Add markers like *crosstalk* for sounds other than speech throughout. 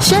生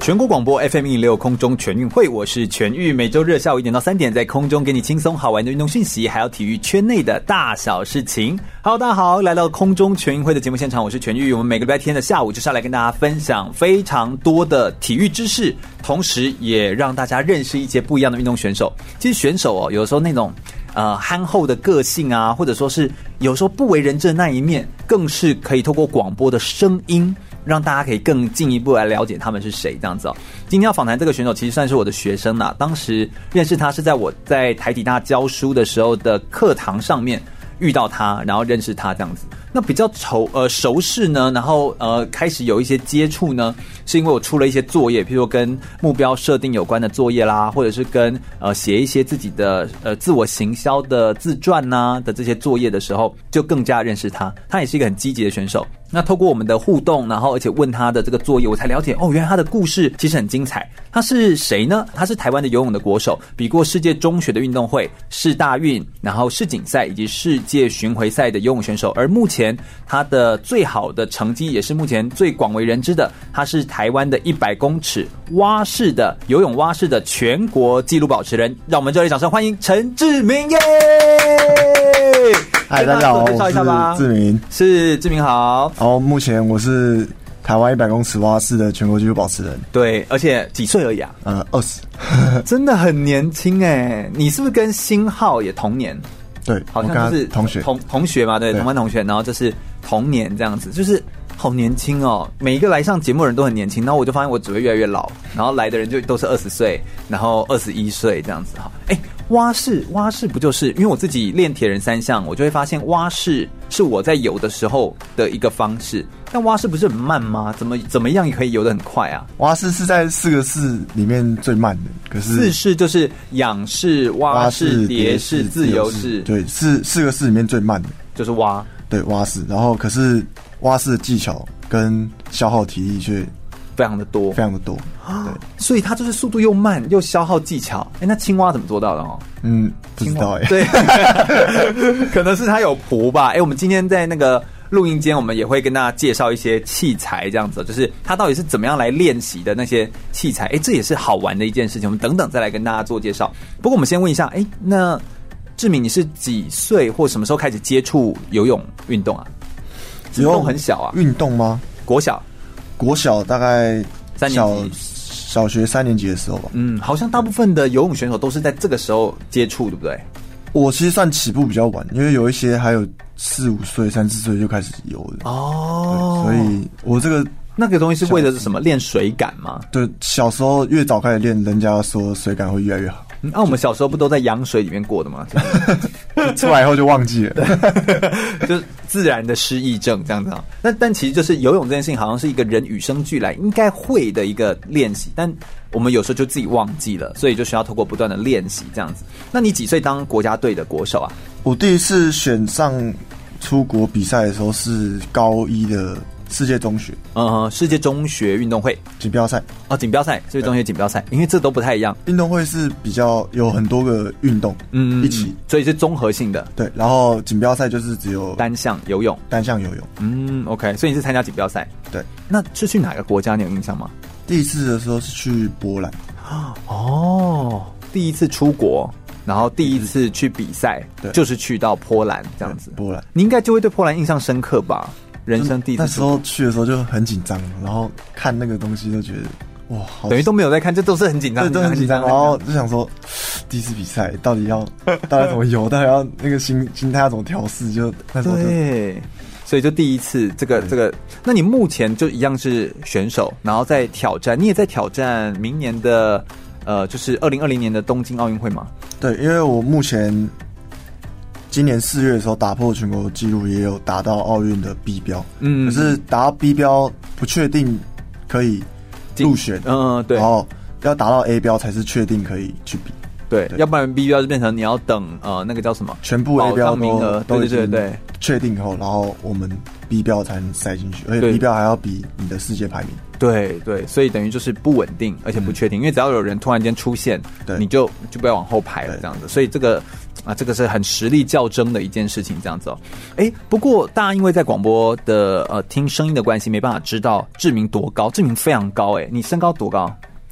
全国广播 FM 一六空中全运会，我是全玉，每周日下午一点到三点，在空中给你轻松好玩的运动讯息，还有体育圈内的大小事情。Hello，大家好，来到空中全运会的节目现场，我是全玉。我们每个礼拜天的下午就是要来跟大家分享非常多的体育知识，同时也让大家认识一些不一样的运动选手。其实选手哦，有的时候那种。呃憨厚的个性啊，或者说是有时候不为人知的那一面，更是可以透过广播的声音，让大家可以更进一步来了解他们是谁这样子哦。今天要访谈这个选手，其实算是我的学生啦、当时认识他是在我在台体大教书的时候的课堂上面。遇到他，然后认识他这样子。那比较熟呃熟识呢，然后呃开始有一些接触呢，是因为我出了一些作业，譬如说跟目标设定有关的作业啦，或者是跟呃写一些自己的呃自我行销的自传呐、的这些作业的时候，就更加认识他。他也是一个很积极的选手。那透过我们的互动，然后而且问他的这个作业，我才了解哦，原来他的故事其实很精彩。他是谁呢？他是台湾的游泳的国手，比过世界中学的运动会、世大运，然后世锦赛以及世界巡回赛的游泳选手。而目前他的最好的成绩，也是目前最广为人知的，他是台湾的一百公尺蛙式的游泳蛙式的全国纪录保持人。让我们热烈掌声欢迎陈志明耶！嗨，跟哎大家好，自我介绍一下吧我是志明。是志明好。然后目前我是台湾一百公尺蛙式的全国纪录保持人，对，而且几岁而已啊，呃，二十。真的很年轻哎！你是不是跟星浩也同年？对，好我跟像他就是同学。同同学嘛，对，对同班同学，然后就是同年这样子，就是好年轻哦。每一个来上节目的人都很年轻，然后我就发现我只会越来越老，然后来的人就都是二十岁，然后二十一岁这样子哈。哎，蛙式蛙式不就是因为我自己练铁人三项，我就会发现蛙式是我在游的时候的一个方式。但蛙式不是很慢吗？怎么怎么样也可以游得很快啊？蛙式是在四个式里面最慢的，可四是式就是仰式、蛙式、蝶式、自由式，对，四四个式里面最慢的，就是蛙。对，蛙式。然后可是蛙式的技巧跟消耗体力却非常的多非，常的多。对，所以它就是速度又慢又消耗技巧。哎、那青蛙怎么做到的哦？嗯，不知青道蛙哎、对， *laughs* 可能是它有蹼吧。哎、我们今天在那个录音间，我们也会跟大家介绍一些器材，这样子，就是它到底是怎么样来练习的那些器材。哎、这也是好玩的一件事情。我们等等再来跟大家做介绍。不过我们先问一下，哎、那志敏你是几岁或什么时候开始接触游泳运动啊？运动很小啊，运动吗？国小。国小大概三年小级小学三年级的时候吧。嗯，好像大部分的游泳选手都是在这个时候接触，对不对？我其实算起步比较晚，因为有一些还有四五岁、三四岁就开始游了，哦所以我这个那个东西是为了是什么？练水感吗？对小时候越早开始练，人家说水感会越来越 *laughs* 好，那、啊、我们小时候不都在羊水里面过的吗？ *laughs* 出来以后就忘记了。就是自然的失忆症这样子啊。那但其实就是游泳这件事情，好像是一个人与生俱来应该会的一个练习，但我们有时候就自己忘记了，所以就需要透过不断的练习这样子。那你几岁当国家队的国手啊？我第一次选上出国比赛的时候是高一的世界中学呃，世界中学运动会锦标赛，哦，锦标赛，世界中学锦标赛，因为这都不太一样，运动会是比较有很多个运动，嗯，一起所以是综合性的对，然后锦标赛就是只有单项游泳。单项游泳，嗯，OK，所以你是参加锦标赛，对，那是去哪个国家？你有印象吗？第一次的时候是去波兰，哦，第一次出国，然后第一次去比赛，对就是去到波兰这样子。对波兰你应该就会对波兰印象深刻吧？人生第一次那时出国，候去的时候就很紧张，然后看那个东西就觉得哇，好等于都没有在看，这都是很紧张，对都很紧张，然后就想说第一次比赛到底要到底怎么游，到底要那个心心态要怎么调试，就哦那时候就对。所以就第一次，这个这个，那你目前就一样是选手，然后在挑战，你也在挑战明年的，呃，就是二零二零年的东京奥运会吗？对，因为我目前今年四月的时候打破全国纪录，也有达到奥运的 B 标，嗯可是达到 B 标不确定可以入选，哦嗯，对，然后要达到 A 标才是确定可以去比。对，对要不然 B 标就变成你要等呃那个叫什么全部 A 保标障名都额，都对已对对经对，确定后，然后我们 B 标才能塞进去，而且对 B 标还要比你的世界排名。对对，所以等于就是不稳定，而且不确定，因为只要有人突然间出现，对你就就不要往后排了对这样子。所以这个啊，这个是很实力较真的一件事情，这样子哦。哎，不过大家因为在广播的呃听声音的关系，没办法知道志明多高，志明非常高哎、你身高多高？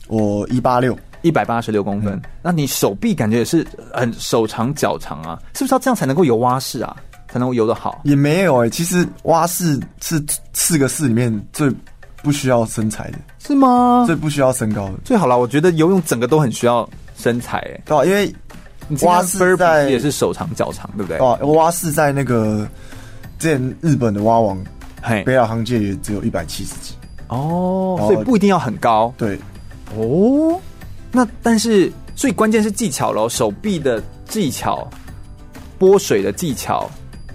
我一八六，一百八十六公分，那你手臂感觉也是很手长脚长啊，是不是要这样才能够游蛙式啊，才能够游得好？也没有哎、其实蛙式是四个式里面最不需要身材的，是吗？最不需要身高的，最好啦，我觉得游泳整个都很需要身材哎、对啊吧、因为你蛙蛙式式在哦也是手长脚长，对不对？哇，蛙式在那个之前日本的蛙王嘿，北岛航界也只有一百七十几，哦，然后所以不一定要很高对，哦。那但是最关键是技巧喽，手臂的技巧，拨水的技巧，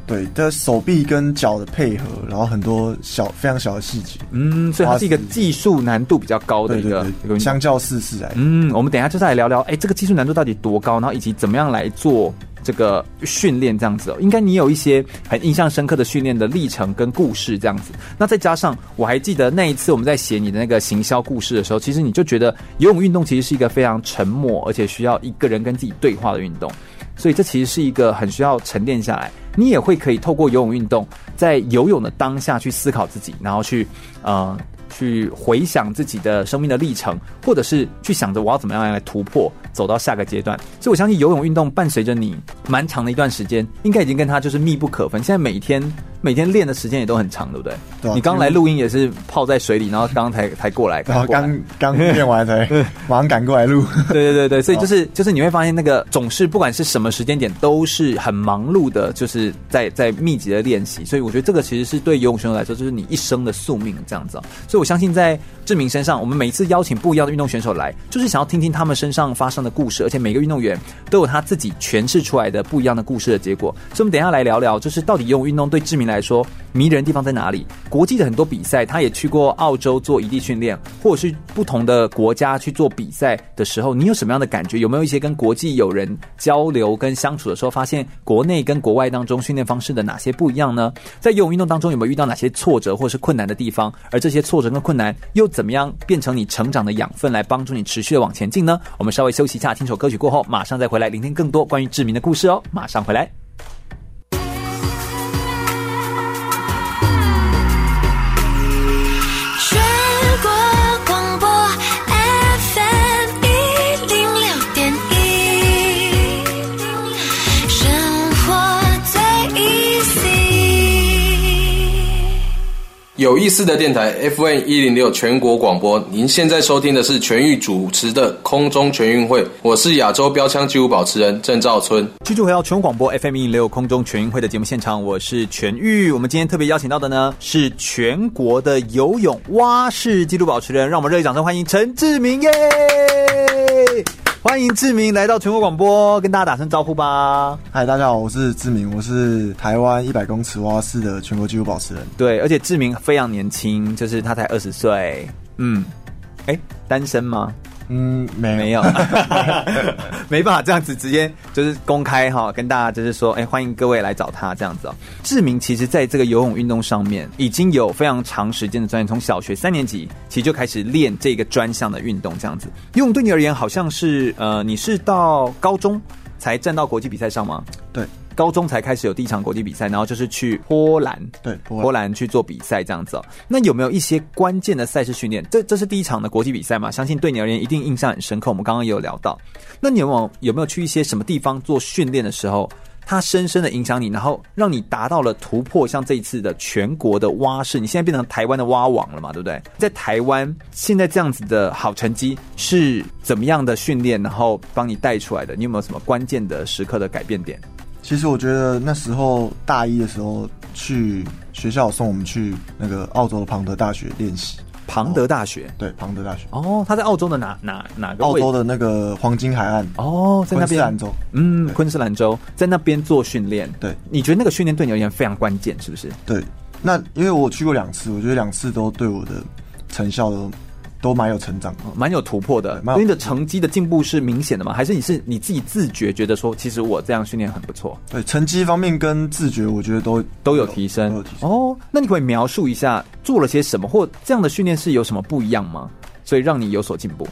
对，的手臂跟脚的配合，然后很多小非常小的细节，嗯，所以它是一个蛙式技术难度比较高的对一对个一个对，运动相较四式来，嗯，我们等一下就是来聊聊，哎、这个技术难度到底多高，然后以及怎么样来做这个训练，这样子、哦。应该你有一些很印象深刻的训练的历程跟故事，这样子。那再加上我还记得那一次我们在写你的那个行销故事的时候，其实你就觉得游泳运动其实是一个非常沉默，而且需要一个人跟自己对话的运动，所以这其实是一个很需要沉淀下来。你也会可以透过游泳运动，在游泳的当下去思考自己，然后去呃去回想自己的生命的历程，或者是去想着我要怎么样来突破，走到下个阶段。所以我相信游泳运动伴随着你蛮长的一段时间，应该已经跟它就是密不可分。现在每天每天练的时间也都很长，对不对？对啊你刚来录音也是泡在水里，然后刚才才过来，然后过来哦刚刚练 *laughs* 完才嗯马上赶过来录， *laughs* 对对对对，所以就是就是你会发现那个总是不管是什么时间点都是很忙碌的，就是在在密集的练习，所以我觉得这个其实是对游泳选手来说就是你一生的宿命这样子、哦。所以我相信在志明身上，我们每一次邀请不一样的运动选手来，就是想要听听他们身上发生的故事，而且每个运动员都有他自己诠释出来的不一样的故事的结果。所以我们等一下来聊聊，就是到底游泳运动对志明来说迷人的地方在哪里？国际的很多比赛，他也去过澳洲做异地训练，或者是不同的国家去做比赛的时候，你有什么样的感觉？有没有一些跟国际友人交流跟相处的时候，发现国内跟国外当中训练方式的哪些不一样呢？在游泳运动当中有没有遇到哪些挫折或是困难的地方？而这些挫折跟困难又怎么样变成你成长的养分，来帮助你持续的往前进呢？我们稍微休息一下，听首歌曲过后，马上再回来聆听更多关于志明的故事哦。马上回来。全国广播 FM 一零六点一，生活最 easy。有意思的电台 FN 一零六全国广播，您现在收听的是全域主持的空中全运会，我是亚洲标枪纪录保持人郑兆春。居住回到全国广播 FM 一六空中全运会的节目现场，我是全玉。我们今天特别邀请到的呢是全国的游泳蛙式纪录保持人，让我们热烈掌声欢迎陈志明耶！欢迎志明来到全国广播，跟大家打声招呼吧。嗨，大家好，我是志明，我是台湾一百公尺蛙式的全国纪录保持人。对，而且志明非常年轻，就是他才二十岁。嗯，哎，单身吗？嗯，没没有， *laughs* 没办法这样子直接就是公开哈，跟大家就是说，哎、欢迎各位来找他这样子哦。志明其实在这个游泳运动上面已经有非常长时间的专业，从小学三年级其实就开始练这个专项的运动这样子。游泳对你而言好像是呃，你是到高中才站到国际比赛上吗？对高中才开始有第一场国际比赛，然后就是去波兰，对波兰波兰去做比赛这样子、哦。那有没有一些关键的赛事训练？这这是第一场的国际比赛嘛？相信对你而言一定印象很深刻。我们刚刚也有聊到，那你有没有有没有去一些什么地方做训练的时候，它深深的影响你，然后让你达到了突破？像这一次的全国的蛙式，你现在变成台湾的蛙王了嘛？对不对？在台湾现在这样子的好成绩是怎么样的训练，然后帮你带出来的？你有没有什么关键的时刻的改变点？其实我觉得那时候大一的时候去学校送我们去那个澳洲的庞德大学练习，庞德大学。对庞德大学，哦，他在澳洲的哪哪哪个澳位置洲的那个黄金海岸，哦，在那昆士边兰州嗯，昆士兰州在那边做训练。对你觉得那个训练对你而言非常关键，是不是？对，那因为我去过两次，我觉得两次都对我的成效都都蛮有成长的。蛮有突破的。蛮所有以你的成绩的进步是明显的吗？还是你是你自己自觉觉得说，其实我这样训练很不错，对成绩方面跟自觉，我觉得都都有提升都有提升。哦，那你可以描述一下做了些什么，或这样的训练是有什么不一样吗？所以让你有所进步。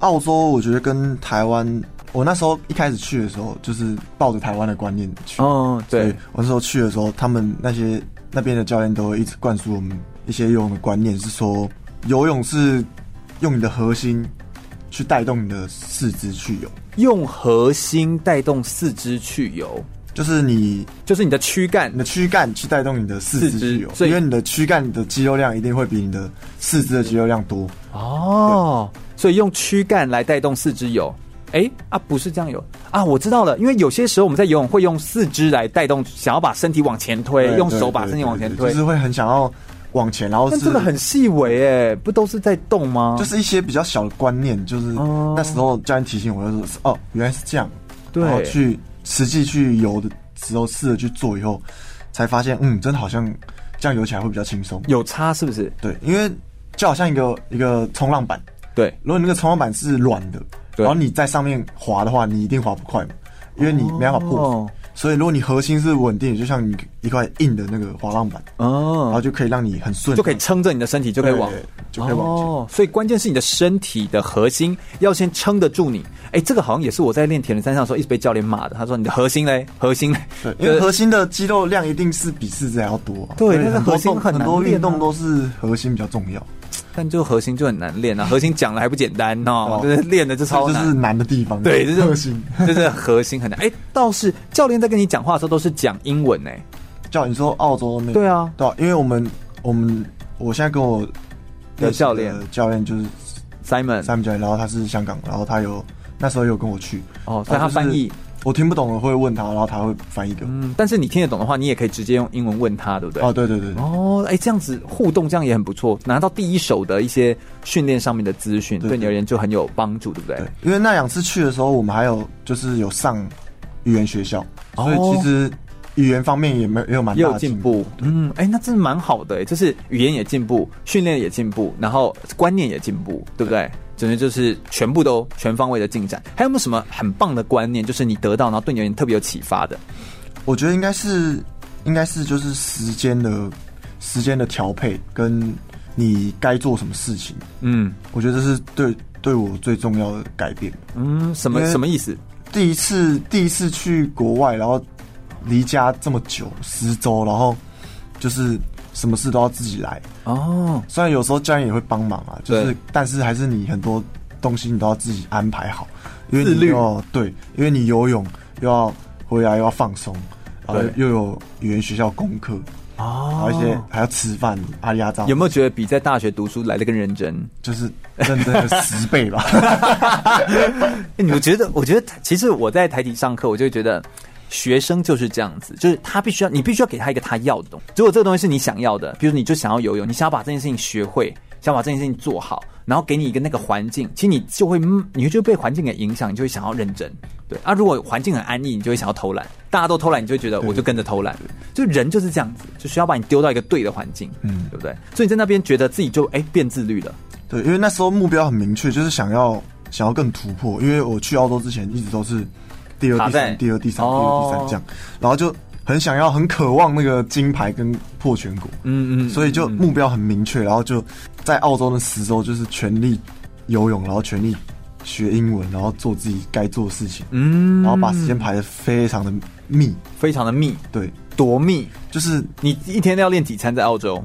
澳洲我觉得跟台湾，我那时候一开始去的时候，就是抱着台湾的观念去。哦，所对以，我那时候去的时候，他们那些那边的教练都会一直灌输我们一些游泳的观念，是说游泳是用你的核心去带动你的四肢去游，用核心带动四肢去游，就是你就是你的躯干你的躯干去带动你的四肢去游四肢，所以因为你的躯干的肌肉量一定会比你的四肢的肌肉量多。哦，所以用躯干来带动四肢游。哎啊，不是这样游啊，我知道了，因为有些时候我们在游泳会用四肢来带动，想要把身体往前推，用手把身体往前推对对对，就是会很想要往前，然后但是这个很细微哎，不都是在动吗？就是一些比较小的观念，就是哦那时候教练提醒我，就是哦，原来是这样，对然后去实际去游的时候，试着去做以后，才发现，嗯，真的好像这样游起来会比较轻松。有差是不是？对，因为就好像一个一个冲浪板，对，如果你那个冲浪板是软的，对然后你在上面滑的话，你一定滑不快嘛，因为你没办法破水。哦所以如果你核心是稳定的，就像你一块硬的那个滑浪板，然后哦，就可以让你很顺，就可以撑着你的身体就可以往对就可以往前。哦，所以关键是你的身体的核心要先撑得住你。哎，这个好像也是我在练铁人三项的时候一直被教练骂的，他说你的核心嘞，核心嘞，对，因为核心的肌肉量一定是比四肢还要多、啊。对所以那个很多核心动很很难多练啊运动都是核心比较重要，但就核心就很难 *laughs* 练啊，核心讲了还不简单哦哦，就是练的就超这就难是。难的地方。对，就是核心。， *laughs* 就是核心很难。哎，倒是教练在跟你讲话的时候都是讲英文哎，叫你说澳洲那个对啊对啊，因为我们我们我现在跟我的教练呃教练就是 Simon， Sam 教练，然后他是香港，然后他有那时候有跟我去，哦，所以然他后就是翻译，我听不懂的会问他，然后他会翻译给我。嗯，但是你听得懂的话，你也可以直接用英文问他，对不对？哦，对对对对哦，哎，这样子互动，这样也很不错，拿到第一手的一些训练上面的资讯，对对你而言就很有帮助，对不对？对，因为那两次去的时候，我们还有就是有上语言学校，所以其实语言方面也没也有蛮哦也大有的进步，嗯，哎，那真的蛮好的，哎就是语言也进步，训练也进步，然后观念也进步，对不对？总之就是全部都全方位的进展。还有没有什么很棒的观念，就是你得到，然后对你而言特别有启发的？我觉得应该是，应该是就是时间的时间的调配跟你该做什么事情，嗯我觉得这是对对我最重要的改变。嗯，什么因为什么意思？第一次第一次去国外，然后离家这么久十周，然后就是什么事都要自己来。哦，虽然有时候家人也会帮忙啊，就对是但是还是你很多东西你都要自己安排好，因为自你律又要对，因为你游泳又要回来又要放松，然后对又有语言学校功课，然后哦一些还要吃饭，阿里阿扎有没有觉得比在大学读书来的更认真？就是认真的十倍 *laughs* 吧？欸你我觉得，我觉得其实我在台体上课，我就会觉得学生就是这样子，就是他必须要，你必须要给他一个他要的东西。如果这个东西是你想要的，比如你就想要游泳，你想要把这件事情学会，想把这件事情做好，然后给你一个那个环境，其实你就会，嗯你就会被环境给影响，你就会想要认真。对啊，如果环境很安逸，你就会想要偷懒，大家都偷懒，你就会觉得我就跟着偷懒。就人就是这样子，就需要把你丢到一个对的环境，嗯嗯，对不对？所以你在那边觉得自己就哎、变自律了，对，因为那时候目标很明确，就是想要想要更突破。因为我去澳洲之前一直都是第二、卡第在三、第二、第三、第哦二、第三这样，然后就很想要、很渴望那个金牌跟破全国，嗯嗯，所以就目标很明确，然后就在澳洲的十周就是全力游泳，然后全力学英文，然后做自己该做的事情，嗯，然后把时间排的非常的密。非常的密，对，多密。就是你一天要练几餐在澳洲？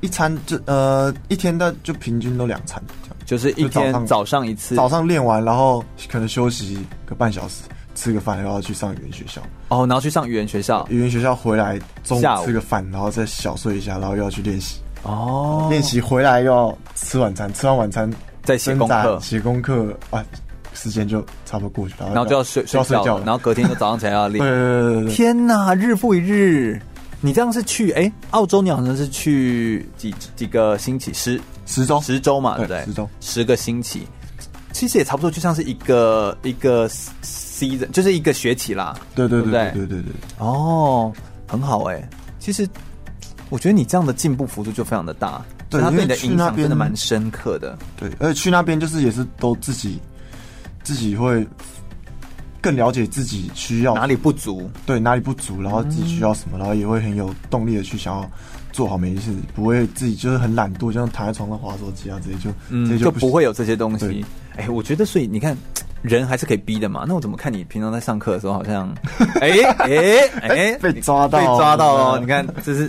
一餐就呃一天的就平均都两餐这样，就是一就早天上早上一次，早上练完，然后可能休息个半小时，吃个饭，然后去上语言学校。哦，然后去上语言学校，语言学校回来中下午午吃个饭，然后再小睡一下，然后又要去练习。哦，练习回来又要吃晚餐，吃完晚餐再写功课挣扎写功课啊，时间就差不多过去，然后然后就要睡就要睡觉觉了，了，然后隔天就早上才要对练。对对对对，天哪，日复一日。你这样是去哎、澳洲你好像是去几几个星期，十十周十周嘛，对哦对不对？十周十个星期，其实也差不多，就像是一个一个 season，就是一个学期啦。对对对不对对对对对对，欸哦，很好哎、其实我觉得你这样的进步幅度就非常的大，对，它因对为你的去影那响真边的蛮深刻的。对，而且去那边就是也是都自己自己会更了解自己需要哪里不足，对哪里不足，然后自己需要什么，然后也会很有动力的去想要做好每一件事，不会自己就是很懒惰，就像躺在床上划手机啊，直接就、直嗯，接就不行不会有这些东西对。哎、我觉得所以你看，人还是可以逼的嘛。那我怎么看你平常在上课的时候好 *laughs* 像，哎哎哎，被抓到被抓到哦！嗯你看，这是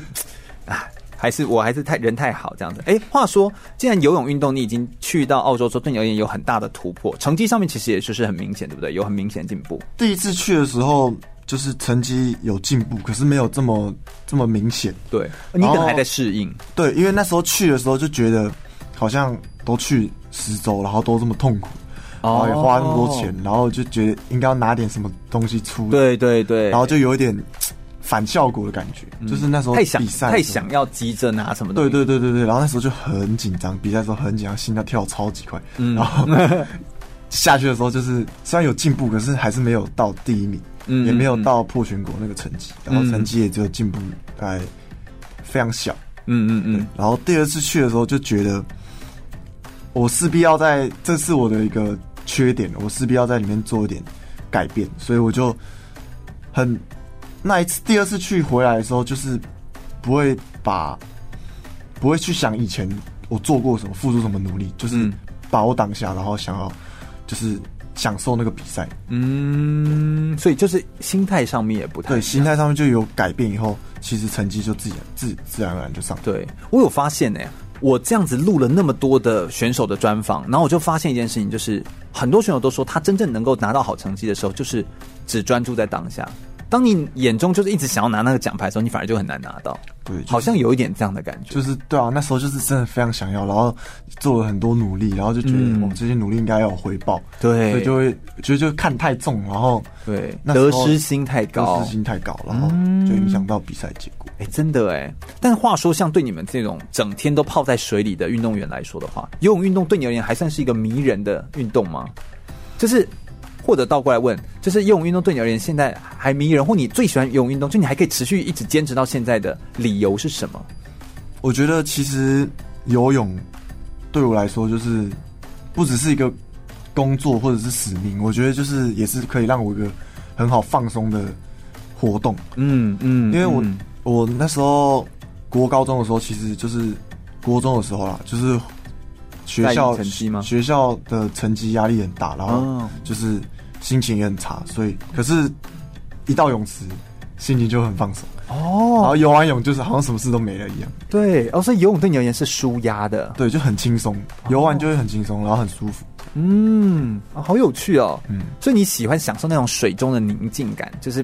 啊，还是我还是太人太好这样子。哎、话说，既然游泳运动你已经去到澳洲之后，对你而言有很大的突破，成绩上面其实也就是很明显，对不对？有很明显进步。第一次去的时候就是成绩有进步，可是没有这么这么明显。对，你可能哦还在适应。对，因为那时候去的时候就觉得好像都去十周，然后都这么痛苦，哦然后也花那么多钱，然后就觉得应该要拿点什么东西出，，对对对，然后就有一点嘖反效果的感觉，就是那时候太想比赛太的时候想要急着拿什么东对西。对对对对，然后那时候就很紧张，比赛的时候很紧张，心跳跳超级快，嗯 *laughs* 然后下去的时候就是虽然有进步，可是还是没有到第一名，嗯也没有嗯到破全国那个成绩，然后成绩也只有进步大概非常小。嗯嗯嗯，然后第二次去的时候就觉得，我势必要在这是我的一个缺点，我势必要在里面做一点改变，所以我就很那一次第二次去回来的时候，就是不会把不会去想以前我做过什么，付出什么努力，就是嗯把握当下，然后想要就是享受那个比赛。嗯，所以就是心态上面也不太对，一心样态上面就有改变以后，其实成绩就自己自自然而然就上。去。对我有发现呢、我这样子录了那么多的选手的专访，然后我就发现一件事情，就是很多选手都说，他真正能够拿到好成绩的时候，就是只专注在当下。当你眼中就是一直想要拿那个奖牌的时候，你反而就很难拿到。对就是好像有一点这样的感觉。就是对啊，那时候就是真的非常想要，然后做了很多努力，然后就觉得嗯我、哦这些努力应该要有回报，对所以就会觉得就看太重，然后对，那得时候失心太高，嗯得失心太高，然后就影响到比赛结果。哎、真的哎。但是话说，像对你们这种整天都泡在水里的运动员来说的话，游泳运动对你而言还算是一个迷人的运动吗？就是，或者倒过来问，就是游泳运动对你而言现在还迷人，或你最喜欢游泳运动，就你还可以持续一直坚持到现在的理由是什么？我觉得其实游泳对我来说就是不只是一个工作或者是使命，我觉得就是也是可以让我一个很好放松的活动。嗯嗯因为我、嗯我那时候国高中的时候，其实就是国中的时候啦，就是学校在意成绩吗学校的成绩压力很大，然后哦就是心情也很差，所以可是，一到泳池心情就很放松，然哦，后游完泳就是好像什么事都没了一样，对，哦，所以游泳对你而言是舒压的，对，就很轻松，哦游完就会很轻松，然后很舒服。嗯、啊好有趣哦。嗯所以你喜欢享受那种水中的宁静感，就是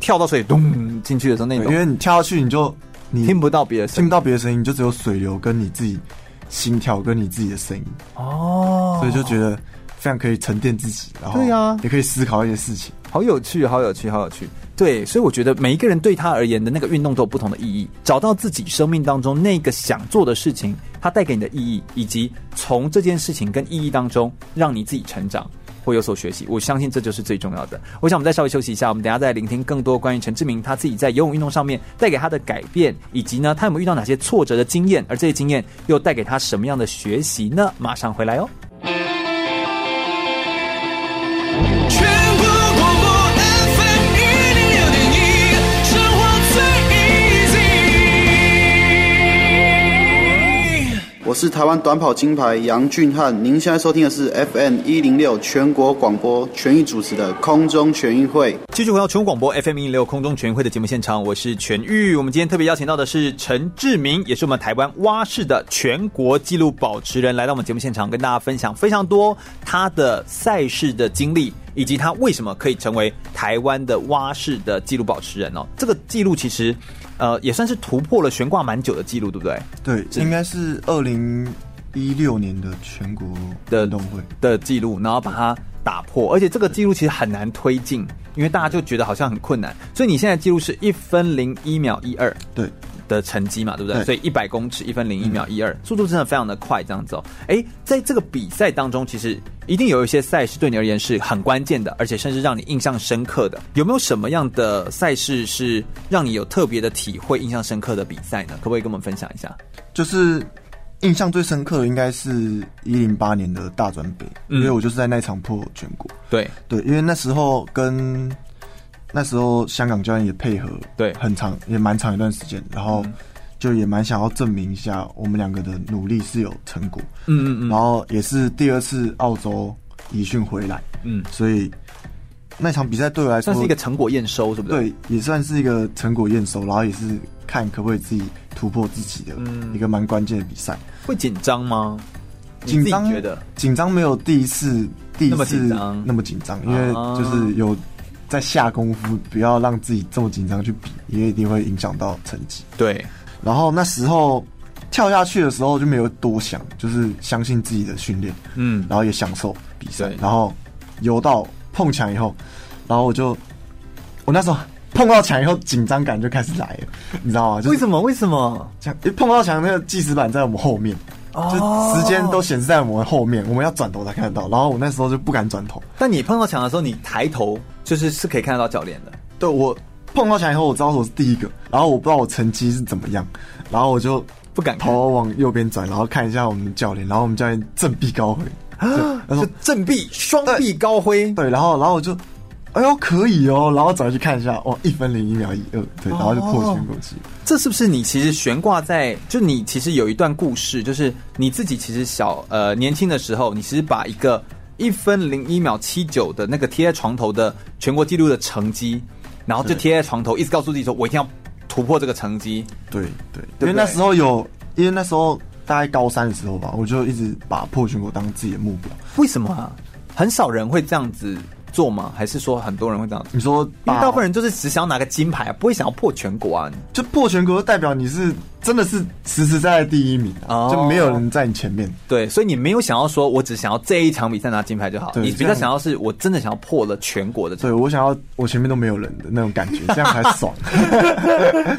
跳到水里咚进去的时候那对种因，为你跳下去，你就你听不到别的声听音不到别的声音，你就只有水流跟你自己心跳跟你自己的声音。哦，所以就觉得非常可以沉淀自己，然后对啊也可以思考一些事情。好有趣，好有趣，好有趣。对，所以我觉得每一个人对他而言的那个运动都有不同的意义，找到自己生命当中那个想做的事情，它带给你的意义，以及从这件事情跟意义当中让你自己成长。会有所学习，我相信这就是最重要的。我想我们再稍微休息一下，我们等一下再聆听更多关于陈志明他自己在游泳运动上面带给他的改变，以及呢他有没有遇到哪些挫折的经验，而这些经验又带给他什么样的学习呢？马上回来哦。全国广播 FM 一零六点一，生活最 easy。我是台湾短跑金牌杨俊翰，您现在收听的是 FM 一零六全国广播全域主持的空中全运会。继续回到全国广播 FM 一六空中全运会的节目现场，我是全玉。我们今天特别邀请到的是陈志明，也是我们台湾蛙式的全国纪录保持人，来到我们节目现场，跟大家分享非常多他的赛事的经历，以及他为什么可以成为台湾的蛙式的纪录保持人哦。这个记录其实，呃，也算是突破了悬挂蛮久的记录，对不对？对，应该是二零一六年的全国的运动会。的记录，然后把它打破。而且这个记录其实很难推进，因为大家就觉得好像很困难。所以你现在记录是一分零一秒一二对，的成绩嘛，对不对？对嗯所以一百公尺一分零一秒一二、速度真的非常的快，这样子哦。哎，在这个比赛当中，其实一定有一些赛事对你而言是很关键的，而且甚至让你印象深刻的。有没有什么样的赛事是让你有特别的体会、印象深刻的比赛呢？可不可以跟我们分享一下？就是印象最深刻的应该是一零八年的大专杯，嗯因为我就是在那一场破全国。对对，因为那时候跟那时候香港教练也配合，对很长也蛮长一段时间，然后就也蛮想要证明一下我们两个的努力是有成果。嗯嗯然后也是第二次澳洲集训回来，嗯，所以那场比赛对我来说算是一个成果验收，是不是？对，也算是一个成果验收，然后也是看可不可以自己突破自己的一个蛮关键的比赛。会紧张吗？嗯你紧自己张觉得，紧张没有第一次第一那么次紧张那么紧张，因为啊就是有在下功夫，不要让自己这么紧张去比，因为一定会影响到成绩。对，然后那时候跳下去的时候就没有多想，就是相信自己的训练，嗯，然后也享受比赛对，然后游到碰墙以后，然后我就我那时候碰到墙以后紧张感就开始来了，你知道吗？就是为什么？为什么？墙一碰到墙，那个计时板在我们后面，哦就时间都显示在我们后面，我们要转头才看得到。然后我那时候就不敢转头。但你碰到墙的时候，你抬头就是是可以看得到教练的。对我碰到墙以后，我知道我是第一个，然后我不知道我成绩是怎么样，然后我就不敢看头往右边转，然后看一下我们教练，然后我们教练振臂高挥，然后就振臂双臂高挥，对，然后然后我就。哎呦，可以哦！然后转去看一下，哇，一分零一秒一二，对，然后就破全国纪录。这是不是你其实悬挂在？就你其实有一段故事，就是你自己其实小呃年轻的时候，你其实把一个一分零一秒七九的那个贴在床头的全国纪录的成绩，然后就贴在床头，一直告诉自己说，我一定要突破这个成绩。对对，因对为那时候有，因为那时候大概高三的时候吧，我就一直把破全国当自己的目标。为什么啊？很少人会这样子做吗？还是说很多人会这样子？你说因为把大部分人就是只想要拿个金牌，不会想要破全国啊。就破全国，代表你是真的是实实在在第一名、啊哦就没有人在你前面。对，所以你没有想要说我只想要这一场比赛拿金牌就好，对你比这较样想要是我真的想要破了全国的成绩对我想要我前面都没有人的那种感觉，这样才 *laughs* 爽。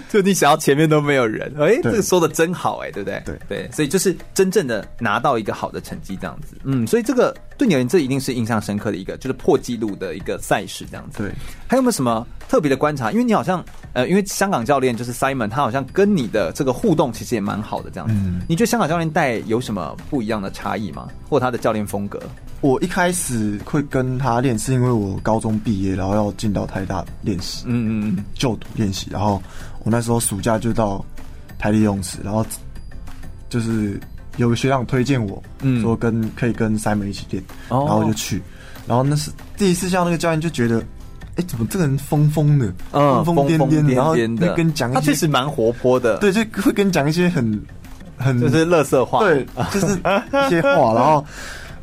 就你想要前面都没有人，哎、这个说的真好、哎，对不对？对对，所以就是真正的拿到一个好的成绩这样子，嗯，所以这个对你而言，这一定是印象深刻的一个，就是破纪录的一个赛事这样子。对，还有没有什么特别的观察？因为你好像，呃，因为香港教练就是 Simon，他好像跟你的这个互动其实也蛮好的这样子。嗯你觉得香港教练带有什么不一样的差异吗？或他的教练风格？我一开始会跟他练，是因为我高中毕业，然后要进到台大练习，嗯嗯嗯，就读练习。然后我那时候暑假就到台立游泳池，然后就是有个学长推荐我，嗯说跟可以跟 Simon 一起练，哦然后我就去。然后那是第一次像那个教练就觉得，哎，怎么这个人疯疯的，疯疯癫嗯疯癫，然后癫的，会跟你讲一些，他确实蛮活泼的，，对，就会跟你讲一些很很就是乐色化，对，就是一些话。然后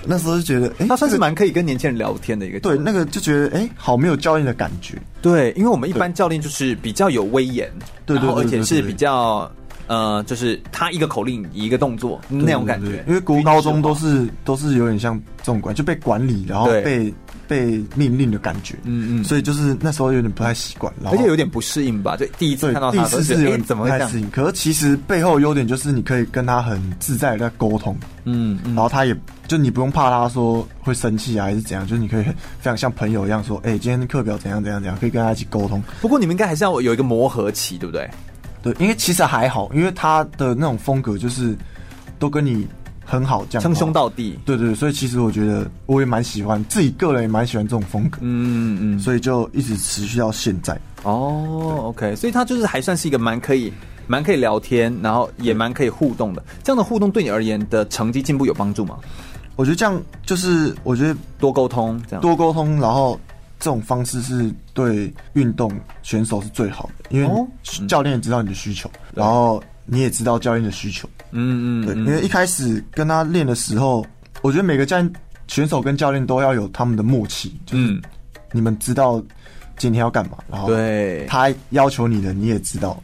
那时候就觉得，哎，他算是这个蛮可以跟年轻人聊天的一个对那个就觉得，哎，好没有教练的感觉。对，因为我们一般教练就是比较有威严，对然对后对而对且是对对比较呃，就是他一个口令一个动作那种感对觉对，因为国高中都是都是有点像这种管，就被管理，然后对被被命令的感觉。嗯嗯所以就是那时候有点不太习惯，然后而且有点不适应吧，就第一次对看到第他一的时候次觉是得，有哎，点怎么会不这太样适？应。可是其实背后优点就是你可以跟他很自在的沟通，嗯嗯然后他也就你不用怕他说会生气啊，还是怎样，就是你可以很非常像朋友一样说，哎、今天课表怎样怎样怎样，可以跟他一起沟通。不过你们应该还是要有一个磨合期，对不对？对，因为其实还好，因为他的那种风格就是都跟你很好这样，哦称兄。道弟。对对，对所以其实我觉得我也蛮喜欢，自己个人也蛮喜欢这种风格，嗯嗯嗯，所以就一直持续到现在。哦，OK，所以他就是还算是一个蛮可以、蛮可以聊天，然后也蛮可以互动的。这样的互动对你而言的成绩进步有帮助吗？我觉得这样就是，我觉得多沟通这样。多沟通，然后这种方式是对运动选手是最好的，因哦为教练也知道你的需求，然后你也知道教练的需求。嗯嗯对，嗯，因为一开始跟他练的时候，我觉得每个教练选手跟教练都要有他们的默契，就是嗯你们知道今天要干嘛，然后对，哦他要求你的你也知道。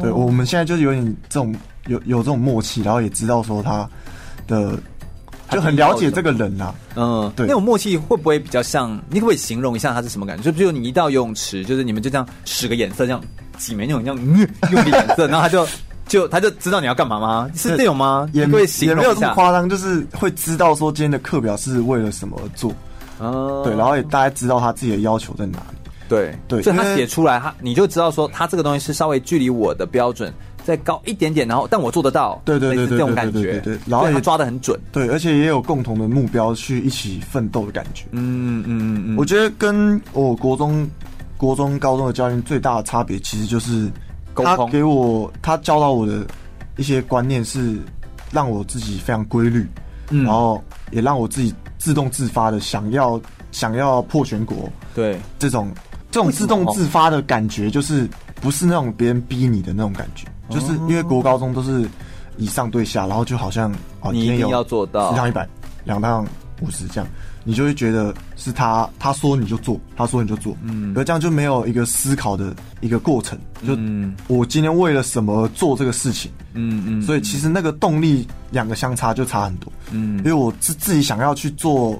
对，我们现在就是有点这种有有这种默契，然后也知道说他的就很了解这个人啦、啊嗯，对那种默契会不会比较像？你可不可以形容一下它是什么感觉？就比如你一到游泳池，就是你们就这样使个眼色，这样挤眉弄眼，这样嗯用力眼色，然后他就就他就知道你要干嘛吗？是这种吗？也你会形也没有容一这下？么夸张，就是会知道说今天的课表是为了什么而做，嗯对，然后也大概知道他自己的要求在哪里。对对所以他因为写出来，他你就知道说他这个东西是稍微距离我的标准再高一点点，然后但我做得到，对对对类似这种对对感对觉，对对对然后他也抓的很准，对，而且也有共同的目标去一起奋斗的感觉。嗯嗯嗯，我觉得跟我国中、国中、高中的教练最大的差别，其实就是沟他通给我他教导我的一些观念是让我自己非常规律，嗯然后也让我自己自动自发的想要想要破全国对，这种这种自动自发的感觉，就是不是那种别人逼你的那种感觉，哦就是因为国高中都是以上对下，然后就好像哦，你一今天定有要做到十趟一百，两趟五十这样，你就会觉得是他他说你就做，他说你就做，嗯，而这样就没有一个思考的一个过程，就嗯我今天为了什么做这个事情，嗯嗯，所以其实那个动力两个相差就差很多。嗯因为我自自己想要去做，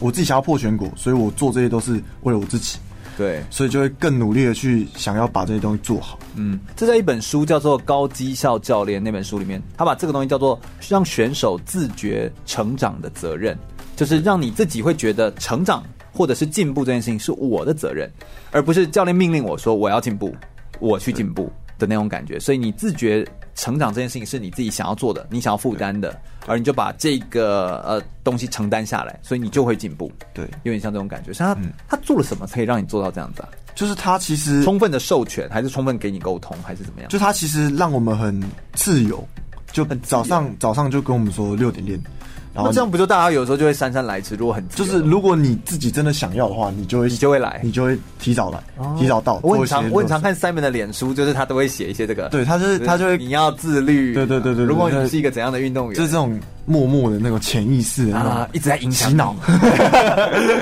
我自己想要破全国，所以我做这些都是为了我自己，对，所以就会更努力的去想要把这些东西做好。嗯，这在一本书叫做《高绩效教练》那本书里面，他把这个东西叫做让选手自觉成长的责任，就是让你自己会觉得成长或者是进步这件事情是我的责任，而不是教练命令我说我要进步，我去进步的那种感觉。所以你自觉成长这件事情是你自己想要做的，你想要负担的，而你就把这个呃东西承担下来，所以你就会进步。对有点像这种感觉。像他、他做了什么可以让你做到这样子啊？就是他其实，充分的授权，还是充分给你沟通，还是怎么样？就他其实让我们很自由，就早上早上就跟我们说六点练，然后那这样不就大家有时候就会姗姗来迟？如果很自就由是如果你自己真的想要的话，你就会你就会来你就会提早来，提早到。我做很一些常我很常热身看 Simon 的脸书，就是他都会写一些这个，对他就是他就会你要自律，对对对对对如果对你对是一个怎样的运动员，就是这种默默的那种潜意识的那种啊一直在影响洗脑， *laughs*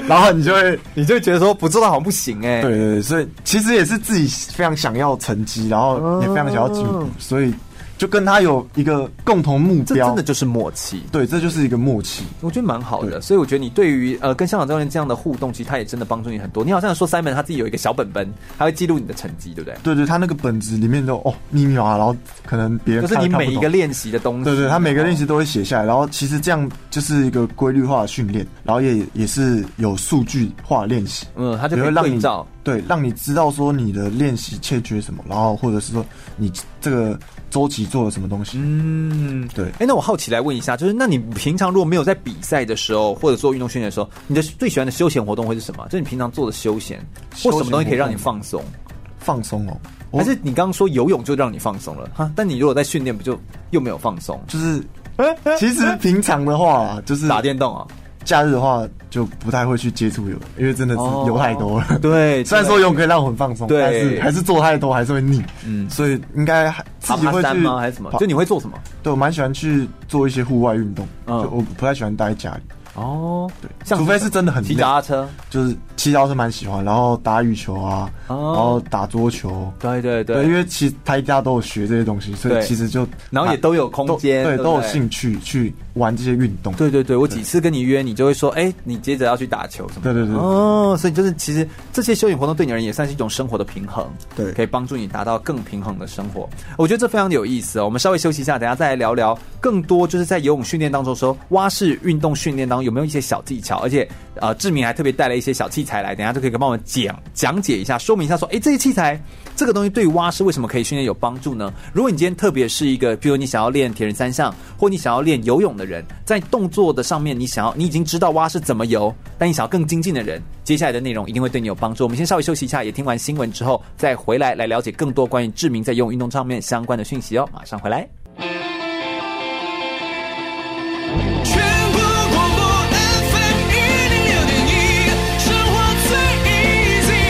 然后你就会你就会觉得说不做到好像不行哎、对对对，所以其实也是自己非常想要成绩，然后也非常想要进步，所以就跟他有一个共同目这标真的。就是默契。对，这就是一个默契。我觉得蛮好的，对所以我觉得你对于呃跟香港教练这样的互动，其实他也真的帮助你很多。你好像说 Simon 他自己有一个小本本，他会记录你的成绩，对不对？对对，他那个本子里面都哦密密麻麻，然后可能别人就是看你看不每一懂个练习的东西，对对，他每个练习。习都会写下来，然后其实这样就是一个规律化的训练，然后也也是有数据化的练习，嗯它就也可会以让对你照对，让你知道说你的练习欠缺什么，然后或者是说你这个周期做了什么东西，嗯，对哎、那我好奇来问一下，就是那你平常如果没有在比赛的时候，或者做运动训练的时候，你的最喜欢的休闲活动会是什么？就是你平常做的休闲，或休闲什么东西可以让你活动放松？放松哦，我还是你刚刚说游泳就让你放松了哈？但你如果在训练，不就又没有放松？ *laughs* 就是。其实平常的话啊，就是打电动啊，假日的话，就不太会去接触游，因为真的是哦游太多了。对 *laughs* 虽然说游泳可以让我很放松，对但是还是做太多还是会腻。嗯嗯，所以应该还自爬己爬会山去吗？还是什么？爬就你会做什么？对，我蛮喜欢去做一些户外运动，嗯就我不太喜欢待在家里，哦，对，除非是真的很骑累脚踏车。就是骑脚是蛮喜欢，然后打羽球啊，哦然后打桌球，对对对，因为其实台家都有学这些东西，所对以其实就然后也都有空间都对不对，对都有兴趣去玩这些运动，对对对，我几次跟你约，你就会说，哎、你接着要去打球什么的？对对对哦，所以就是其实这些休闲活动对你而言也算是一种生活的平衡，对可以帮助你达到更平衡的生活。我觉得这非常有意思哦。我们稍微休息一下，等一下再来聊聊更多，就是在游泳训练当中说蛙式运动训练当中有没有一些小技巧，而且呃，志明还特别带了一些小器材来，等一下就可以帮我们讲讲解一下，说明一下说，哎、这些器材这个东西对于蛙式为什么可以训练有帮助呢？如果你今天特别是一个，比如你想要练铁人三项，或你想要练游泳的人，在动作的上面，你想要你已经知道蛙式怎么游，但你想要更精进的人，接下来的内容一定会对你有帮助。我们先稍微休息一下，也听完新闻之后再回来来了解更多关于志明在游泳运动上面相关的讯息哦。马上回来。全国广播 FM 一零六点一，生活最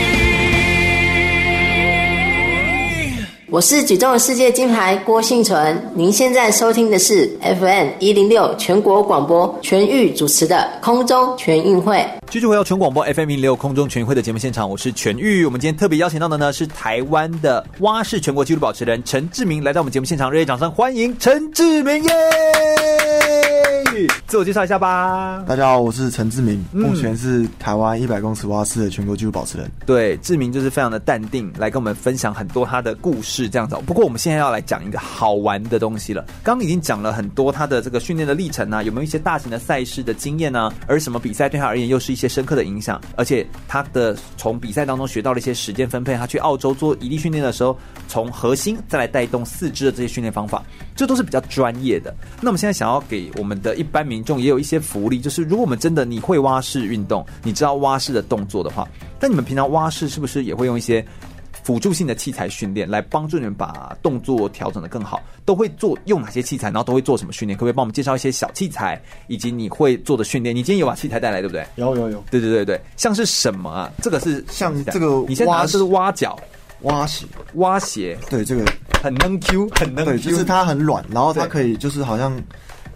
easy。我是举重世界金牌郭幸存，您现在收听的是 FM 一零六全国广播全域主持的空中全运会。继续回到全广播 FM 一六空中全运会的节目现场，我是全玉。我们今天特别邀请到的呢是台湾的蛙式全国纪录保持人陈志明来到我们节目现场，热烈掌声欢迎陈志明耶！自我介绍一下吧。大家好，我是陈志明，嗯目前是台湾一百公尺蛙式的全国纪录保持人。对，志明就是非常的淡定，来跟我们分享很多他的故事这样子哦。不过我们现在要来讲一个好玩的东西了。刚刚已经讲了很多他的这个训练的历程啊，有没有一些大型的赛事的经验啊？而什么比赛对他而言又是一些深刻的影响，而且他的从比赛当中学到了一些时间分配。他去澳洲做一力训练的时候，从核心再来带动四肢的这些训练方法，这都是比较专业的。那我们现在想要给我们的一般民众也有一些福利，就是如果我们真的你会蛙式运动，你知道蛙式的动作的话，但你们平常蛙式是不是也会用一些？辅助性的器材训练来帮助你们把动作调整的更好，都会做用哪些器材，然后都会做什么训练？可不可以帮我们介绍一些小器材，以及你会做的训练？你今天有把器材带来，对不对？有有有，对对对对，像是什么啊？这个是像什么器材这个你现在拿蛙的式是蛙脚、蛙鞋，蛙鞋，对这个，很能 Q，很能 Q，对，就是它很软，然后它对可以就是好像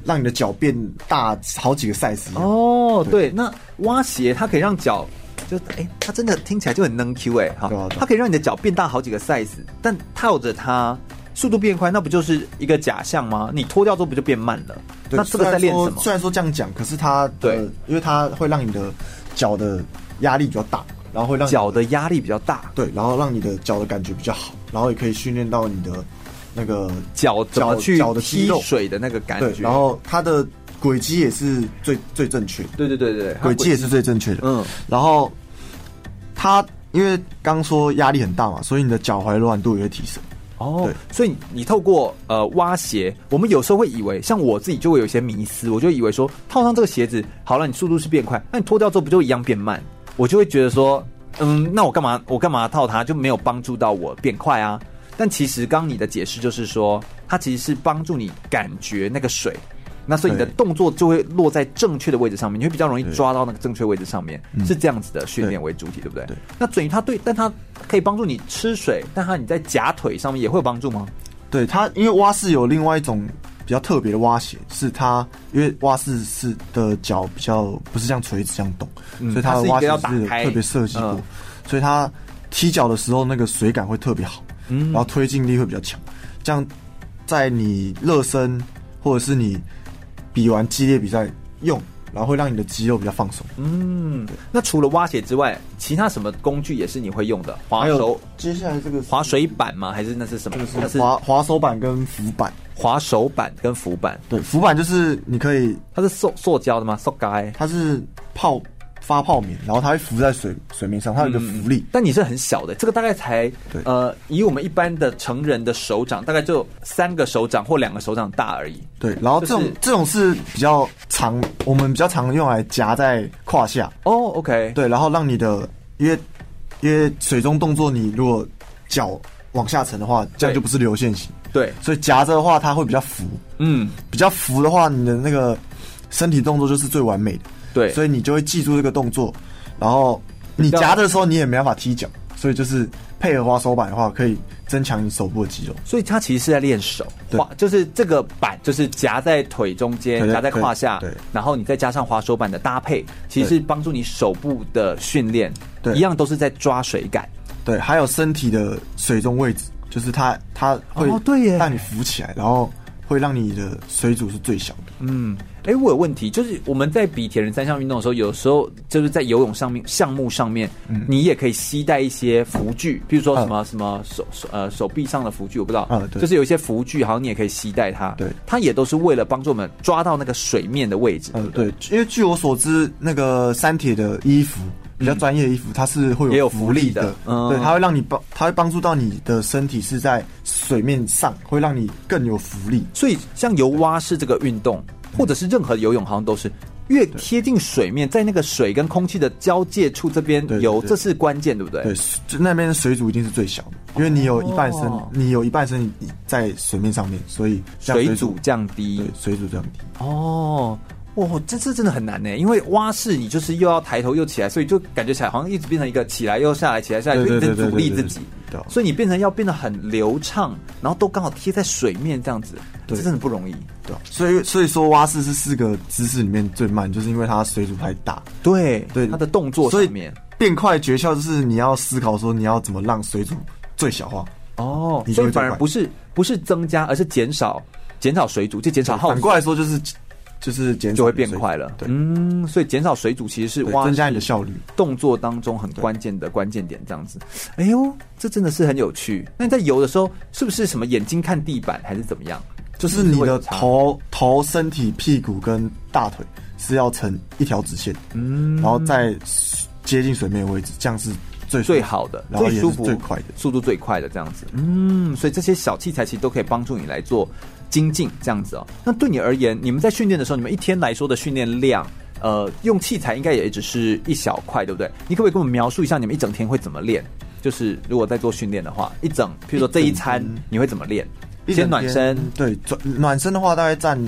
让你的脚变大好几个 size 一样。哦，对，那蛙鞋它可以让脚，就哎、它真的听起来就很能 Q 哎、哈、对啊对啊它可以让你的脚变大好几个 size，但套着它速度变快，那不就是一个假象吗？你脱掉之后不就变慢了？对那这个在练虽什然说么？虽然说这样讲，可是它的对，因为它会让你的脚的压力比较大，然后会让你脚的压力比较大，对，然后让你的脚的感觉比较好，然后也可以训练到你的那个脚怎么脚去脚的肌踢肉水的那个感对，觉？然后它的轨迹也是最最正确的，对对对对，它轨迹也是最正确的。嗯，然后它因为刚说压力很大嘛，所以你的脚踝柔软度也会提升。哦对，所以你透过呃蛙鞋，我们有时候会以为，像我自己就会有一些迷思，我就以为说套上这个鞋子，好了，你速度是变快，那你脱掉之后不就一样变慢？我就会觉得说，嗯，那我干嘛我干嘛套它，就没有帮助到我变快啊？但其实刚刚你的解释就是说，它其实是帮助你感觉那个水。那所以你的对动作就会落在正确的位置上面，你会比较容易抓到那个正确位置上面，是这样子的训练为主体，对不对？嗯对那等于它对，但它可以帮助你吃水，但它你在夹腿上面也会有帮助吗？对它，因为蛙式有另外一种比较特别的蛙鞋，是它因为蛙式是的脚比较不是像垂直这样动，嗯所以它的它蛙是一个要鞋打是开特别设计过，嗯所以它踢脚的时候那个水感会特别好，嗯然后推进力会比较强，这样在你热身或者是你比完激烈比赛用，然后会让你的肌肉比较放松。嗯，那除了蛙鞋之外，其他什么工具也是你会用的？滑还有手、接下来这个是滑水板吗？还是那是什么？那是滑滑手板跟浮板，滑手板跟浮板，对，浮板就是你可以它是塑塑胶的吗？塑胶欸。它是泡发泡棉，然后它会浮在水水面上，它有嗯一个浮力。但你是很小的，这个大概才对呃，以我们一般的成人的手掌，大概就三个手掌或两个手掌大而已。对，然后这种、就是这种是比较常，我们比较常用来夹在胯下，哦，OK，对，然后让你的，因为因为水中动作，你如果脚往下沉的话，这样就不是流线型，对，所以夹着的话它会比较浮，嗯，比较浮的话，你的那个身体动作就是最完美的，对，所以你就会记住这个动作，然后你较夹着的时候你也没办法踢脚，所以就是配合滑手板的话，可以增强你手部的肌肉。所以它其实是在练手，对滑就是这个板就是夹在腿中间，对对夹在胯下，对对然后你再加上滑手板的搭配，其实是帮助你手部的训练，对一样都是在抓水感。对，还有身体的水中位置，就是它它会哦对耶让你浮起来，然后会让你的水阻是最小的。嗯，哎，我有问题，就是我们在比铁人三项运动的时候，有时候就是在游泳上面项目上面，嗯你也可以携带一些浮具，比如说什么、什么手手呃手臂上的浮具，我不知道，嗯对就是有一些浮具，好像你也可以携带它，对它也都是为了帮助我们抓到那个水面的位置，呃，对，因为据我所知，那个三铁的衣服比较专业的衣服，它是会嗯也有浮浮力力的的，嗯对，它会让你帮，它会帮助到你的身体是在水面上，会让你更有浮力。所以像游蛙式这个运动，嗯或者是任何游泳，好像都是越贴近水面，在那个水跟空气的交界处这边对对游，对这是关键，对不对？对，就那边的水阻一定是最小的，因为你有一半身，哦你有一半身体在水面上面，所以这样水阻阻降低对，水阻这样低。哦。哇、这这真的很难呢，因为蛙式你就是又要抬头又起来，所以就感觉起来好像一直变成一个起来又下来，起来下来，对就一对直对对阻力对自对己对啊，所以你变成要变得很流畅，然后都刚好贴在水面这样子，这对真的不容易。对啊、所以所以说蛙式是四个姿势里面最慢，就是因为它水阻太大。对，对，它的动作所以上面，变快诀窍就是你要思考说你要怎么让水阻最小化，哦，你所就以会反最而快不是不是增加，而是减少减少水阻，就减少耗反损，过来说就是就是减少就会变水阻快了。对，嗯，所以减少水阻其实是对蛙增加式你的效率。动作当中很关键的关键点，这样子。哎呦，这真的是很有趣。那你在游的时候，是不是什么眼睛看地板还是怎么样？就是你会的有差头、头、身体、屁股跟大腿是要成一条直线，嗯，然后在接近水面的位置，这样是最最好的、然后也最是舒服、最快的。速度最快的这样子。嗯，所以这些小器材其实都可以帮助你来做精进这样子哦。那对你而言，你们在训练的时候，你们一天来说的训练量，呃，用器材应该也只是一小块，对不对？你可不可以给我们描述一下你们一整天会怎么练？就是如果在做训练的话，一整，譬如说这一餐你会怎么练？一整先暖天身，对，转暖身的话大概占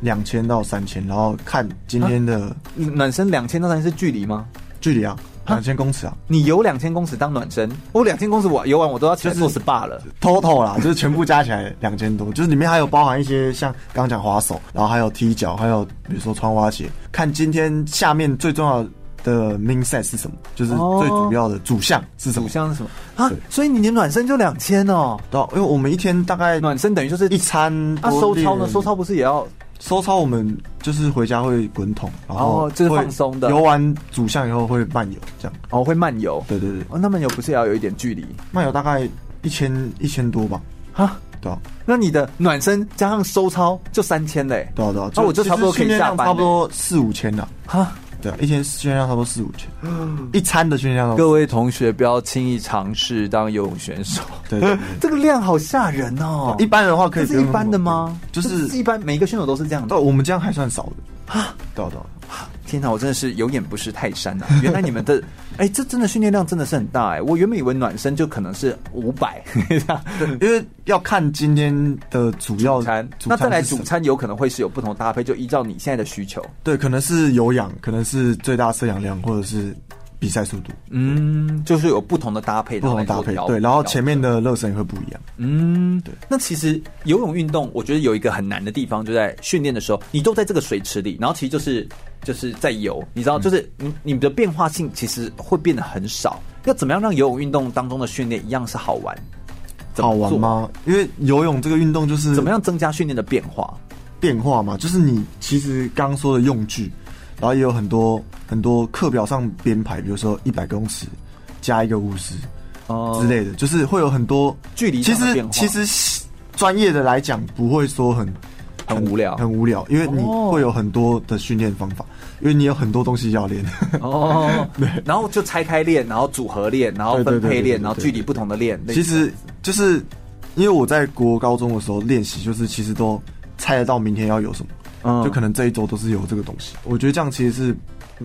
两千到三千，然后看今天的暖身两千到三是距离吗？距离啊，两千公尺啊你游两千公尺当暖身，我两千公尺我游完我都要起来就做是 SPA 了。 ，total 啦，就是全部加起来两千多，就是里面还有包含一些像刚刚讲滑手，然后还有踢脚，还有比如说穿蛙鞋，看今天下面最重要的 main set 是什么，就是哦最主要的主项是什么主。项是什么啊对？所以你的暖身就两千哦。对啊，因为我们一天大概暖身等于就是一餐啊，多收操呢？练收操不是也要收操，我们就是回家会滚筒，然后哦就是会放松的游完主项以后会漫游，这样。哦会漫游？对对对，哦，那漫游不是也要有一点距离漫游大概一千一千多吧，啊？对啊，那你的暖身加上收操就三千嘞。对啊对啊。那我就其实差不多可以训练量下班差不多四五千啦。哈，对啊，一天训练量差不多四五千，嗯一餐的训练量。各位同学不要轻易尝试当游泳选手，对对 *laughs* 对这个量好吓人哦。嗯一般的话可以这是不用一那么般的吗？多就是哦这一般每一个选手都是这样的对，。我们这样还算少的啊。对啊对啊，天哪，我真的是有眼不识泰山啊！ *laughs* 原来你们的，哎、这真的训练量真的是很大哎、我原本以为暖身就可能是五百 *laughs* 这样，因为要看今天的主要主餐，那再来是什主么餐有可能会是有不同搭配，就依照你现在的需求。对，可能是有氧，可能是最大摄氧量，或者是比赛速度，嗯，就是有不同的搭配，不同的然搭后来做配调。对，然后调前面的热身也会不一样。嗯，对。那其实游泳运动，我觉得有一个很难的地方，就在训练的时候，你都在这个水池里，然后其实就是就是在游，你嗯知道，就是你你的变化性其实会变得很少。要怎么样让游泳运动当中的训练一样是好玩？怎么好玩做？吗？因为游泳这个运动就是怎么样增加训练的变化？变化嘛，就是你其实刚说的用具，然后也有很多很多课表上编排，比如说一百公尺加一个五十哦之类的，就是会有很多距离其上的实变化其实专业的来讲，不会说很很无聊很无聊，因为你哦会有很多的训练方法，因为你有很多东西要 *laughs* 练。 *laughs* 哦，对，然后就拆开练，然后组合练，然后对对分对配对练，对然后对距离不同的练。类其似这样实就是因为我在国高中的时候练习，就是其实都猜得到明天要有什么，嗯就可能这一周都是有这个东西。我觉得这样其实是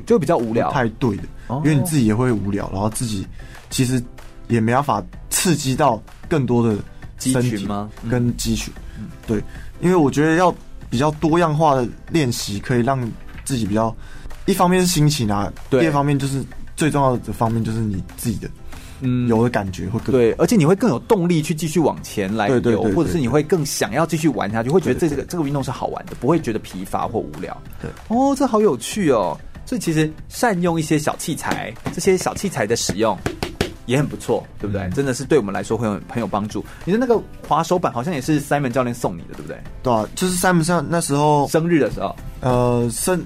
就比较无聊不。太对的，哦因为你自己也会无聊，然后自己其实也没办法刺激到更多的肌身群体吗嗯跟肌群，对，因为我觉得要比较多样化的练习，可以让自己比较，一方面是心情啊，对第二方面就是最重要的方面就是你自己的嗯有的感觉会更对，而且你会更有动力去继续往前来对对游对，对或者是你会更想要继续玩下去，会觉得对这个这个运动是好玩的，不会觉得疲乏或无聊。对，哦，这好有趣哦。所以其实善用一些小器材，这些小器材的使用也很不错，对不对？嗯真的是对我们来说会很很有帮助。你的那个滑手板好像也是 Simon 教练送你的，对不对？对啊，就是山姆上那时候生日的时候呃生，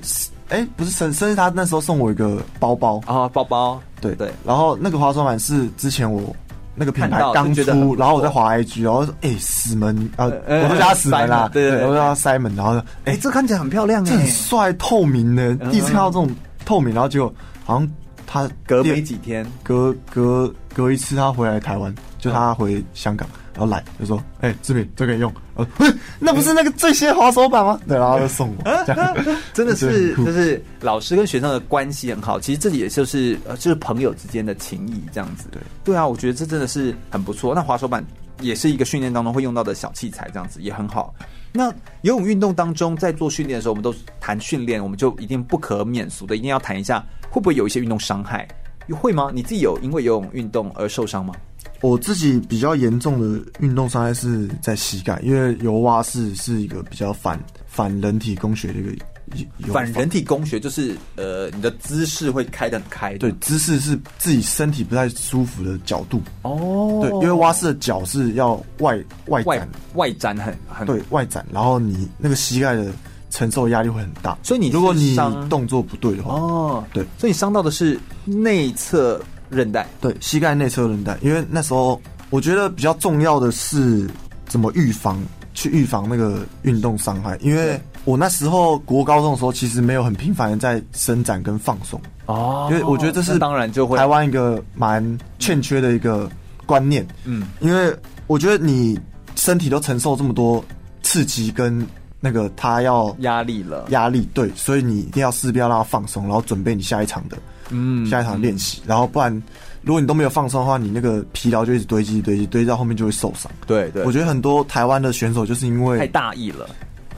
哎、不是生生日，他那时候送我一个包包，啊，包包，对对，然后那个滑手板是之前我那个品看牌到就刚觉得很不出，错然后我在滑 IG，然后说哎、死门啊，呃我都叫他死门啦， Simon，对对对我都叫他 Simon，然后说哎、哎，这看起来很漂亮这哎很，帅，透明的，嗯第一次看到这种透明，然后结果好像他隔第没几天，隔隔隔一次他回来台湾，就他回香嗯港，然后来就说：“哎、志敏，这可以用。”呃，嘿那不是那个最新的滑手板吗？对，然后就送我，这样 *laughs* 真的我觉是得很酷就是老师跟学生的关系很好，其实这也就是呃就是朋友之间的情谊这样子。对对啊，我觉得这真的是很不错。那滑手板也是一个训练当中会用到的小器材，这样子也很好。那游泳运动当中，在做训练的时候，我们都谈训练，我们就一定不可免俗的，一定要谈一下会不会有一些运动伤害。会吗？你自己有因为游泳运动而受伤吗？我自己比较严重的运动伤害是在膝盖，因为游蛙式是一个比较反反人体工学的一个游游法反人体工学就是呃，你的姿势会开得很开。对姿势是自己身体不太舒服的角度。哦，对，因为蛙式的脚是要外外外展，外展很很对外展，然后你那个膝盖的承受压力会很大，所以你是如果你伤动作不对的话，哦，对所以你伤到的是内侧韧带，对膝盖内侧韧带，因为那时候我觉得比较重要的是怎么预防去预防那个运动伤害，因为我那时候国高中的时候，其实没有很频繁的在伸展跟放松，哦因为我觉得这是那当然就会台湾一个蛮欠缺的一个观念。嗯嗯，因为我觉得你身体都承受这么多刺激跟那个他要压力了。压力，对，所以你一定要势必要让他放松，然后准备你下一场的，嗯，下一场练习，然后不然如果你都没有放松的话，你那个疲劳就一直堆积堆积堆积到后面就会受伤。对对，我觉得很多台湾的选手就是因太为大意了。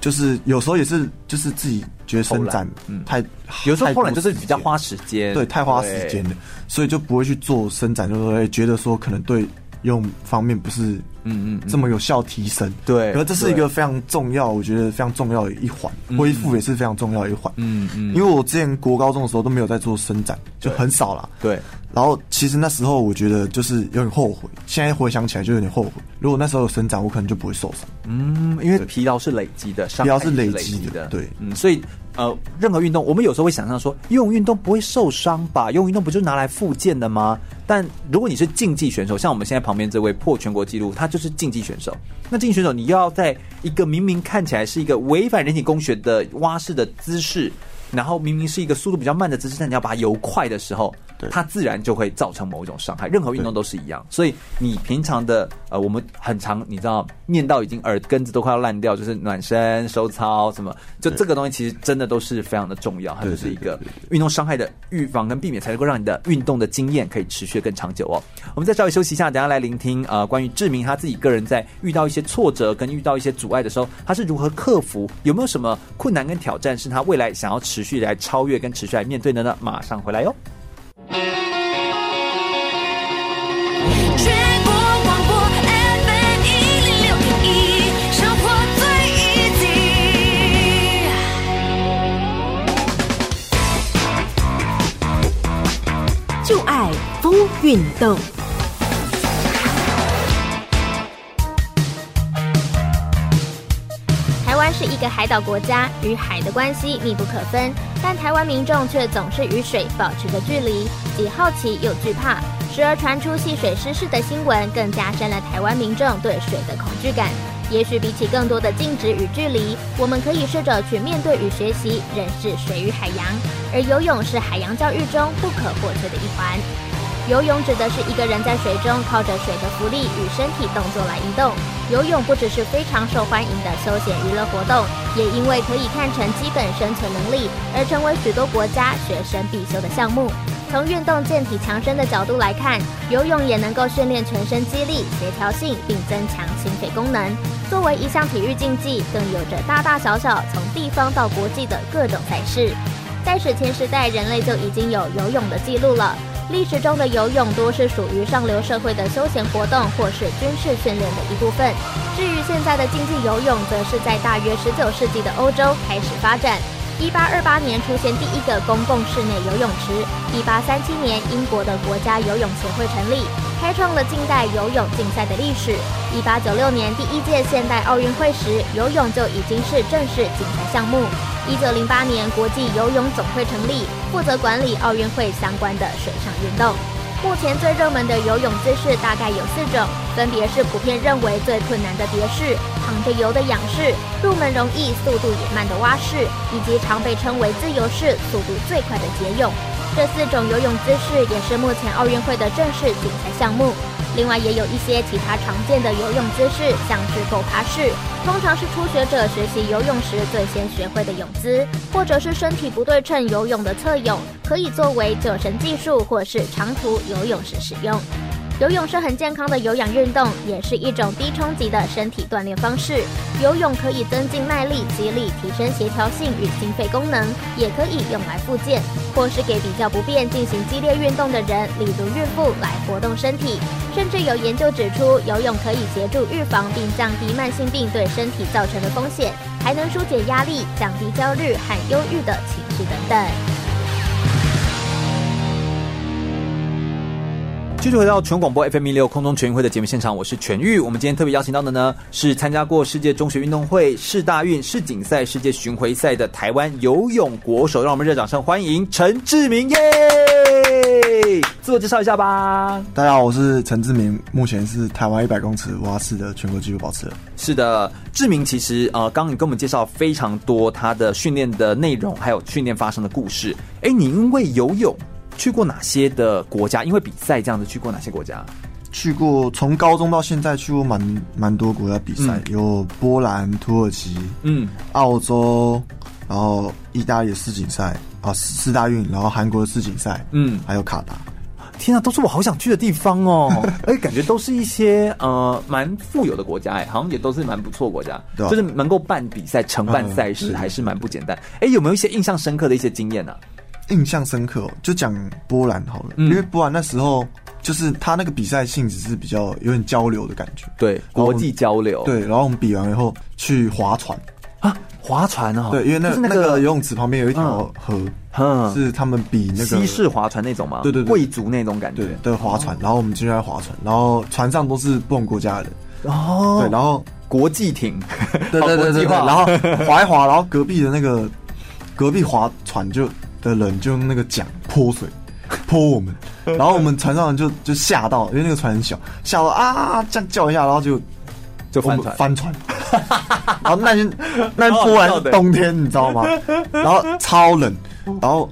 就是有时候也是就是自己觉得伸偷懒展嗯太，有时候太偷多懒就是时比较间花时间，对，太花时间了，所以就不会去做伸展，就是说哎觉得说可能对用方面不是嗯嗯嗯这么有效提升。对可是这是一对个非常重要，我觉得非常重要的一环，恢复也是非常重要的一环。嗯嗯，因为我之前国高中的时候都没有在做伸展，就对很少啦。对，然后其实那时候我觉得就是有点后悔，现在回想起来就有点后悔。如果那时候有伸展，我可能就不会受伤。嗯，因为疲劳是累积的，伤疲劳害是累累积的的，对嗯，所以呃，任何运动，我们有时候会想象说，游泳运动不会受伤吧？游泳运动不就拿来复健的吗？但如果你是竞技选手，像我们现在旁边这位破全国纪录，他就是竞技选手。那竞技选手，你又要在一个明明看起来是一个违反人体工学的蛙式的姿势。然后明明是一个速度比较慢的姿势，但你要把它游快的时候，它自然就会造成某一种伤害。任何运动都是一样，所以你平常的呃，我们很常你知道念到已经耳根子都快要烂掉，就是暖身、收操什么，就这个东西其实真的都是非常的重要，它就是一个运动伤害的预防跟避免，才能够让你的运动的经验可以持续得更长久哦。我们再稍微休息一下，等一下来聆听呃关于志明他自己个人在遇到一些挫折跟遇到一些阻碍的时候，他是如何克服，有没有什么困难跟挑战是他未来想要持续来超越跟持续来面对的呢？马上回来哟、全国广播 FM 一零六点一，生活最 easy。就爱风运动。台湾是一个海岛国家，与海的关系密不可分，但台湾民众却总是与水保持着距离，既好奇又惧怕，时而传出戏水失事的新闻，更加深了台湾民众对水的恐惧感。也许比起更多的禁止与距离，我们可以试着去面对与学习认识水与海洋，而游泳是海洋教育中不可或缺的一环。游泳指的是一个人在水中靠着水的浮力与身体动作来移动。游泳不只是非常受欢迎的休闲娱乐活动，也因为可以看成基本生存能力，而成为许多国家学生必修的项目。从运动健体强身的角度来看，游泳也能够训练全身肌力、协调性，并增强心肺功能。作为一项体育竞技，更有着大大小小、从地方到国际的各种赛事。在史前时代，人类就已经有游泳的记录了。历史中的游泳多是属于上流社会的休闲活动或是军事训练的一部分。至于现在的竞技游泳，则是在大约十九世纪的欧洲开始发展。一八二八年出现第一个公共室内游泳池，一八三七年英国的国家游泳协会成立，开创了近代游泳竞赛的历史。一八九六年第一届现代奥运会时，游泳就已经是正式竞赛项目。一九零八年国际游泳总会成立，负责管理奥运会相关的水上运动。目前最热门的游泳姿势大概有四种，分别是普遍认为最困难的蝶式、躺着游的仰式、入门容易、速度也慢的蛙式，以及常被称为自由式、速度最快的蝶泳。这四种游泳姿势也是目前奥运会的正式竞赛项目。另外，也有一些其他常见的游泳姿势，像是狗爬式，通常是初学者学习游泳时最先学会的泳姿，或者是身体不对称游泳的侧泳，可以作为救生技术或是长途游泳时使用。游泳是很健康的有氧运动，也是一种低冲击的身体锻炼方式。游泳可以增进耐力、肌力，提升协调性与心肺功能，也可以用来复健，或是给比较不便进行激烈运动的人，例如孕妇来活动身体。甚至有研究指出，游泳可以协助预防并降低慢性病对身体造成的风险，还能疏解压力、降低焦虑和忧郁的情绪等等。继续回到全广播 FM 一六空中全运会的节目现场，我是全玉。我们今天特别邀请到的呢，是参加过世界中学运动会、世大运、世锦赛、世界巡回赛的台湾游泳国手，让我们热掌声欢迎陈志明耶！位，自我介绍一下吧。大家好，我是陈志明，目前是台湾一百公尺蛙式的全国纪录保持人。是的，志明其实呃，刚刚你跟我们介绍非常多他的训练的内容，还有训练发生的故事。哎，你因为游泳去过哪些的国家？因为比赛这样子去过哪些国家？去过从高中到现在去过蛮蛮多国家比赛，嗯有波兰、土耳其、嗯，澳洲，然后意大利的世锦赛啊四四大运，然后韩国的世锦赛，嗯还有卡达。天啊，都是我好想去的地方 *laughs* 哦。哎，感觉都是一些呃蛮富有的国家，哎，好像也都是蛮不错的国家，对啊嗯就是能够办比赛、承办赛事，还是蛮不简单。哎，有没有一些印象深刻的一些经验呢、啊印象深刻、哦，就讲波兰好了，嗯因为波兰那时候就是他那个比赛性质是比较有点交流的感觉。对，国际交流，对，然后我们比完以后去划船，啊，划船哦，对，因为那就是那那个游泳池旁边有一条河，嗯是他们比那个西式划船那种吗？对对对贵族那种感觉对。的划船，然后我们进去在划船，然后船上都是不同国家的人，哦，对，然后国际艇， *laughs* *laughs* 对对对对对，然后划一划，然后隔壁的那个隔壁划船就的人就用那个桨泼水。 *laughs* 泼我们，然后我们船上人就就吓到，因为那个船很小，吓到啊这样叫一下，然后就就翻我船，们翻船。然后 *laughs* 那天那天波兰是冬天，你知道吗？然后超冷，然后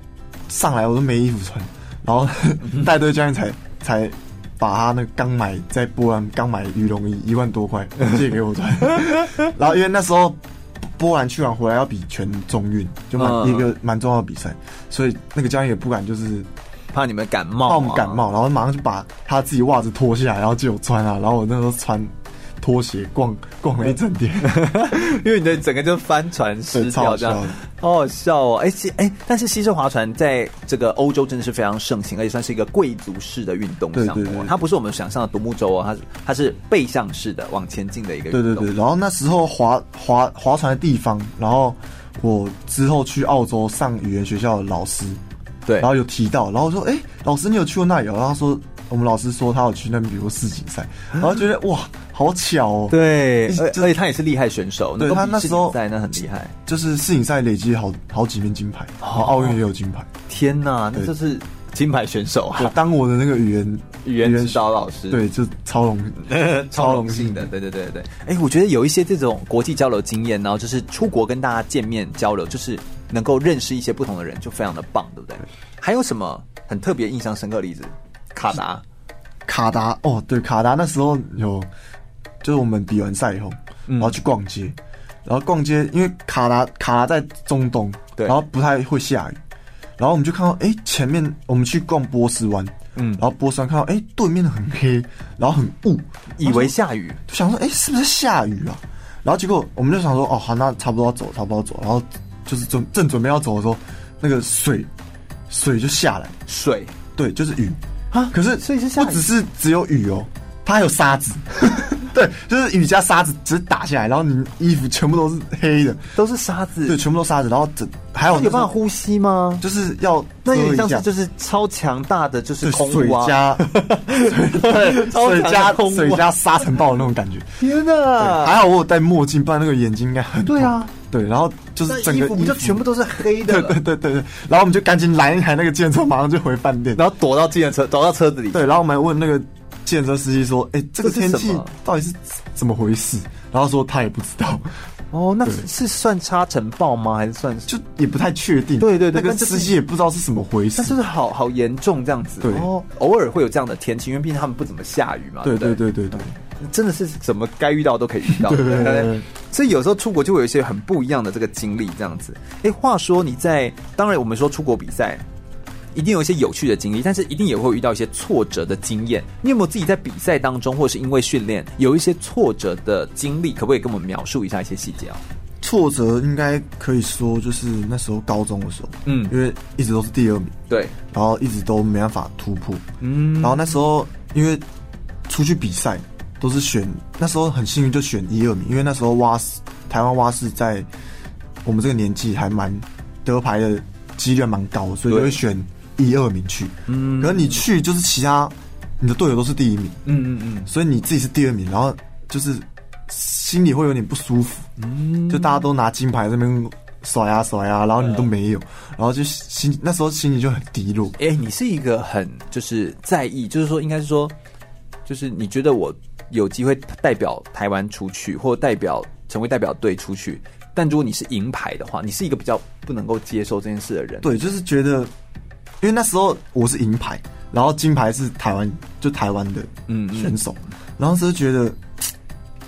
上来我都没衣服穿，然后 *laughs* 带队教练才才把他那个刚买在波兰刚买羽绒衣一万多块借给我穿，然后因为那时候。波兰去完回来要比全中运，就蛮、嗯一个蛮重要的比赛，所以那个教练也不敢就是怕你们感冒、啊嗯怕我们感。冒，然后马上就把他自己袜子脱下来，然后借我穿啊，然后我那时候穿拖鞋逛逛了一整 *laughs* 天，因为你的整个就翻船失掉这样对超好笑的，好好笑哦！哎、其哎、但是西式划船在这个欧洲真的是非常盛行，而且算是一个贵族式的运动项对目哦。对对对它不是我们想象的独木舟哦，它是它是背向式的往前进的一个运对动。对对， *laughs* 然后那时候划划划船的地方，然后我之后去澳洲上语言学校的老师，对然后有提到，然后我说，哎、老师你有去过那里哦？然后他说，我们老师说他有去那边比过世锦赛，然后觉得哇，好巧哦，，对一而就哎而且他也是厉害选手，对能够他比那世时候锦赛那很厉害。就是世锦赛累积好好几面金牌，哦然后奥运也有金牌，天哪，那对就是金牌选手啊！我当我的那个语言语言指导老师对，就超 *laughs* 容易。超荣幸的，对对对对。哎，我觉得有一些这种国际交流经验，然后就是出国跟大家见面交流，就是能够认识一些不同的人，就非常的棒，对不对？还有什么很特别、印象深刻的例子？卡达，卡达哦，对，卡达那时候有，就是我们比完赛以后，嗯然后去逛街，然后逛街，因为卡达卡达在中东，对然后不太会下雨，然后我们就看到，哎，前面我们去逛波斯湾，嗯嗯，然后波斯湾看到，哎，对面很黑，然后很雾，以为下雨，就想说，哎、是不是下雨啊？然后结果我们就想说，哦，好，那差不多要走，差不多要走。然后就是准正准备要走的时候，那个水水就下来，水对，就是雨啊可是所以是下雨不只是只有雨哦，它还有沙子。 *laughs* 对，就是雨加沙子直接打下来，然后你衣服全部都是黑的，都是沙子，对，全部都沙子。然后整还有有办法，呼吸吗？就是要那有点像遮一下是就是超强大的就是对空水污啊！ *laughs* 加对超水强加的空屋啊水加沙尘暴的那种感觉。天对哪，还好我有戴墨镜，不然那个眼睛应该很痛对啊，对，然后就那是整衣个服不就全部都是黑 *laughs* 的对了对？对对对，然后我们就赶紧拦一台那个建车，马上就回饭店。然后躲到自己的车，躲到车子里。对，然后我们还问那个建车司机说：“哎，这个这是天什么气到底是怎么回事？”然后说他也不知道，哦，那对是算沙尘暴吗？还是算就也不太确定。对对对那但个就是司机也不知道是什么回事但。是好好严重这样子，对哦，偶尔会有这样的天气，因为毕竟他们不怎么下雨嘛，对对对不对对对对，真的是怎么该遇到都可以遇 *laughs* 到，对对对不对所以有时候出国就会有一些很不一样的这个经历，这样子。哎，话说你在，当然我们说出国比赛。一定有一些有趣的经历，但是一定也会遇到一些挫折的经验。你有没有自己在比赛当中，或是因为训练有一些挫折的经历？可不可以跟我们描述一下一些细节啊？挫折应该可以说就是那时候高中的时候，嗯因为一直都是第二名，对，然后一直都没办法突破。嗯然后那时候因为出去比赛都是选，那时候很幸运就选一二名，因为那时候蛙式台湾蛙式在我们这个年纪还蛮得牌的几率还蛮高，所以对就会选一二名去。嗯，可是你去就是其他你的队友都是第一名，嗯嗯嗯，所以你自己是第二名，然后就是心里会有点不舒服，就大家都拿金牌在那边刷牙刷牙，然后你都没有，然后就心那时候心情就很低落。哎、你是一个很就是在意，就是说，应该是说，就是你觉得我有机会代表台湾出去，或代表成为代表队出去。但如果你是银牌的话，你是一个比较不能够接受这件事的人。，对，就是觉得，因为那时候我是银牌，然后金牌是台湾，就台湾的嗯嗯选手，然后那时候觉得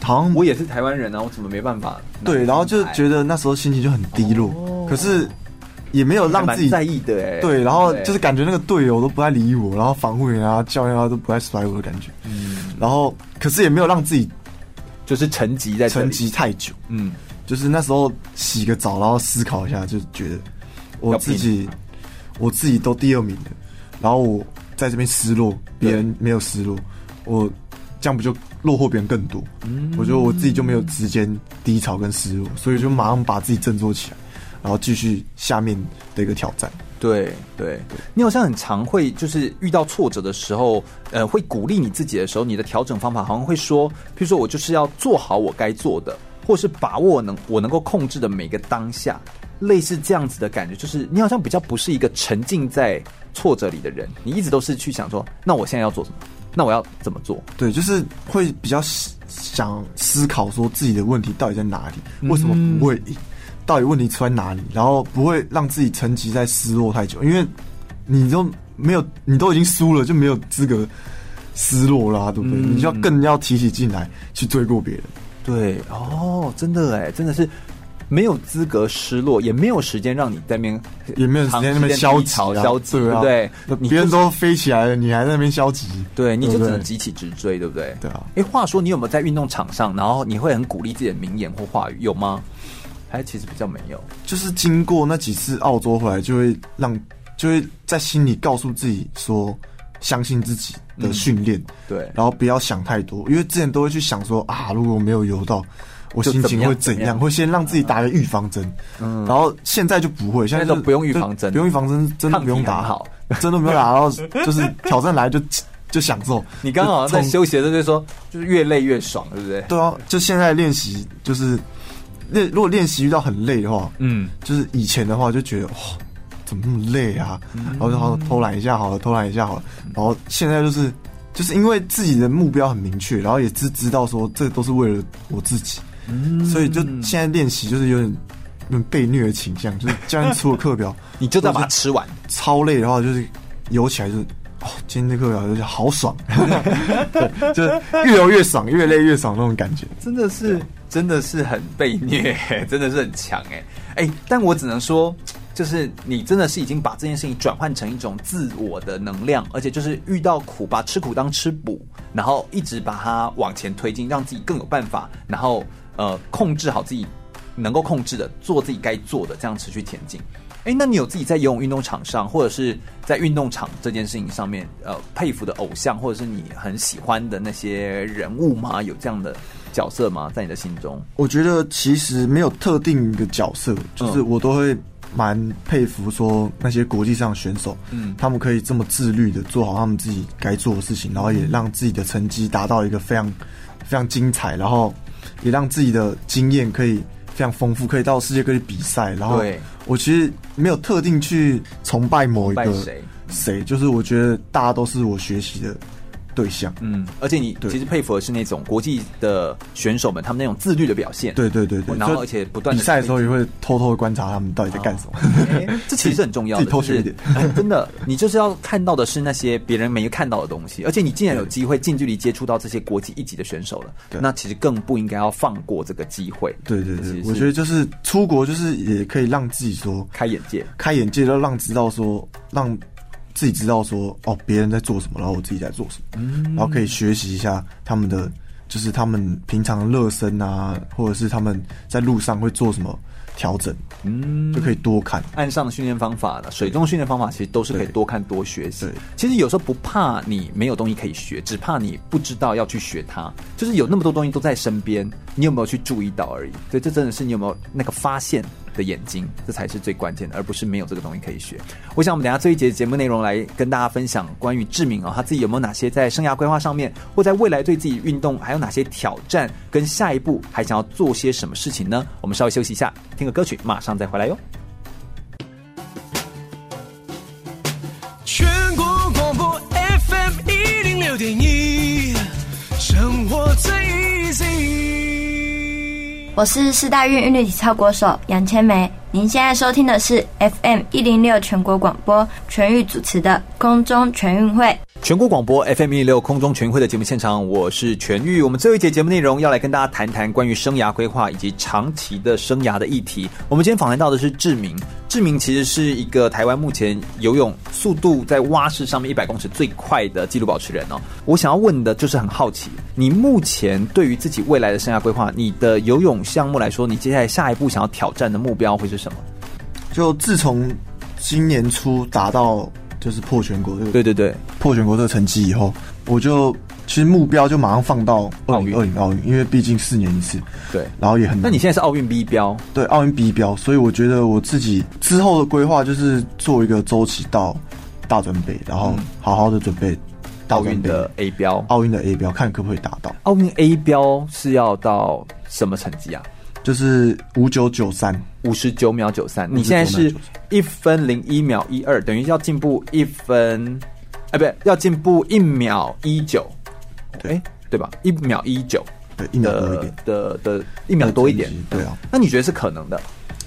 好像我也是台湾人啊，我怎么没办法拿银牌？哦对，然后就觉得那时候心情就很低落，可是也没有让还自己蛮在意的哎、对，然后就对是感觉那个队友都不爱理我，然后防护员啊、教练啊都不爱甩我的感觉，嗯然后可是也没有让自己就是沉寂在这里沉寂，太久，嗯，就是那时候洗个澡，然后思考一下，就觉得我要拼自己我自己都第二名的，然后我在这边失落，别人没有失落，我这样不就落后别人更多？嗯我觉得我自己就没有时间低潮跟失落，所以就马上把自己振作起来，然后继续下面的一个挑战。对对，你好像很常会就是遇到挫折的时候，呃，会鼓励你自己的时候，你的调整方法好像会说，譬如说我就是要做好我该做的，或是把握能我能够控制的每个当下，类似这样子的感觉，就是你好像比较不是一个沉浸在挫折里的人，你一直都是去想说，那我现在要做什么，那我要怎么做？对，就是会比较思想思考说自己的问题到底在哪嗯里，为什么不会赢，到底问题出在哪里，然后不会让自己沉寂在失落太久，因为你都没有，你都已经输了，就没有资格失落啦，对不对？嗯你就要更要提起进来去追过别人。对，哦，真的哎，真的是没有资格失落，也没有时间让你在那边，呃也没有时间在那边消长时间低极潮啊，消极，对啊，不对？那你别人就是都飞起来了，你还在那边消极，对，你就不只对能急起直追，对不对？对啊哎，话说你有没有在运动场上，然后你会很鼓励自己的名言或话语，有吗？还其实比较没有。就是经过那几次澳洲回来，就会让就会在心里告诉自己说，相信自己的训练，嗯对然后不要想太多，因为之前都会去想说啊，如果没有游到，我就心情怎么样会怎怎么样样？会先让自己打个预防针，嗯，然后现在就不会，现在那就种不用预防针对不用预防针，真的不用抗体打，很好，真的不用打，然后就是挑战来就就享受。 *laughs* 你刚刚好像在就冲休息的时候就说，就是越累越爽，对不对？对啊，就现在练习就是练，如果练习遇到很累的话，嗯，，就是以前的话就觉得哇、怎么那么累啊，然后就好偷懒一下好了，偷懒一下好了，然后现在就是就是因为自己的目标很明确，然后也知知道说这都是为了我自己，所以就现在练习就是有点有点被虐的倾向，就是教练出的课表 *laughs* 你就再把它吃完。超累的话，就是游起来就是。哦，今天这课表就是好爽， *laughs* 对，就是越游越爽，越累越爽那种感觉。真的是，真的是很被虐， *laughs* 真的是很强哎哎，但我只能说，就是你真的是已经把这件事情转换成一种自我的能量，而且就是遇到苦，把吃苦当吃补，然后一直把它往前推进，让自己更有办法，然后呃控制好自己能够控制的，做自己该做的，这样持续前进。哎，那你有自己在游泳运动场上，或者是在运动场这件事情上面，呃，佩服的偶像，或者是你很喜欢的那些人物吗？有这样的角色吗？在你的心中？我觉得其实没有特定一个角色，嗯就是我都会蛮佩服说那些国际上的选手，嗯他们可以这么自律的做好他们自己该做的事情，然后也让自己的成绩达到一个非常非常精彩，然后也让自己的经验可以非常丰富，可以到世界各地比赛。然后对我其实没有特定去崇拜某一崇个拜谁谁，就是我觉得大家都是我学习的对象。嗯，而且你对其实佩服的是那种国际的选手们，他们那种自律的表现。对对对对，然后就而且不断地比赛的时候也会偷偷的观察他们到底在干什么。诶哦 *laughs* 哎 *laughs* 这其实很重要的，自己偷学一点就是哎真的，你就是要看到的是那些别人没看到的东西，而且你既然有机会近距离接触到这些国际一级的选手了，对那其实更不应该要放过这个机会。对对这其对，实我是觉得就是出国，就是也可以让自己说开眼界。开眼界，要让知道说，让自己知道说，哦，别人在做什么，然后我自己在做什么，嗯然后可以学习一下他们的，就是他们平常热身啊，或者是他们在路上会做什么调整，嗯，就可以多看。岸上的训练方法呢，水中的训练方法其实都是可以多看多学习对。其实有时候不怕你没有东西可以学，只怕你不知道要去学它。就是有那么多东西都在身边，你有没有去注意到而已？所以这真的是你有没有那个发现的眼睛，这才是最关键的，而不是没有这个东西可以学。我想我们等一下这一节节目内容来跟大家分享关于志明哦，他自己有没有哪些在生涯规划上面，或在未来对自己运动还有哪些挑战，跟下一步还想要做些什么事情呢？我们稍微休息一下，听个歌曲，马上再回来哟。全国广播 FM 一零六点一，生活最 easy。我是四大运韵律体操国手杨千梅。您现在收听的是 FM 一零六全国广播全域主持的空中全运会。全国广播 FM 一六空中全运会的节目现场，我是全玉。我们最后一节节目内容要来跟大家谈谈关于生涯规划以及长期的生涯的议题。我们今天访谈到的是志明，志明其实是一个台湾目前游泳速度在蛙式上面一百公尺最快的纪录保持人哦。我想要问的就是很好奇，你目前对于自己未来的生涯规划，你的游泳项目来说，你接下来下一步想要挑战的目标会是什么？就自从今年初达到就是破全国这个对对对，破全国这个成绩以后，我就其实目标就马上放到二零二零奥运，因为毕竟四年一次，对然后也很难。那你现在是奥运 B 标，对奥运 B 标，所以我觉得我自己之后的规划就是做一个周期到大专杯，然后好好的准备嗯大奥专运杯的 A 标，奥运的 A 标，看可不可以达到，奥运 A 标是要到什么成绩啊？就是五九九三。五十九秒九三，你现在是一分零一秒一二，等于要进步一分，哎，不对，要进步一秒一九，对哎，对吧？一秒一九对，一秒多一的点，的的一秒多一点成绩，对啊，那你觉得是可能的？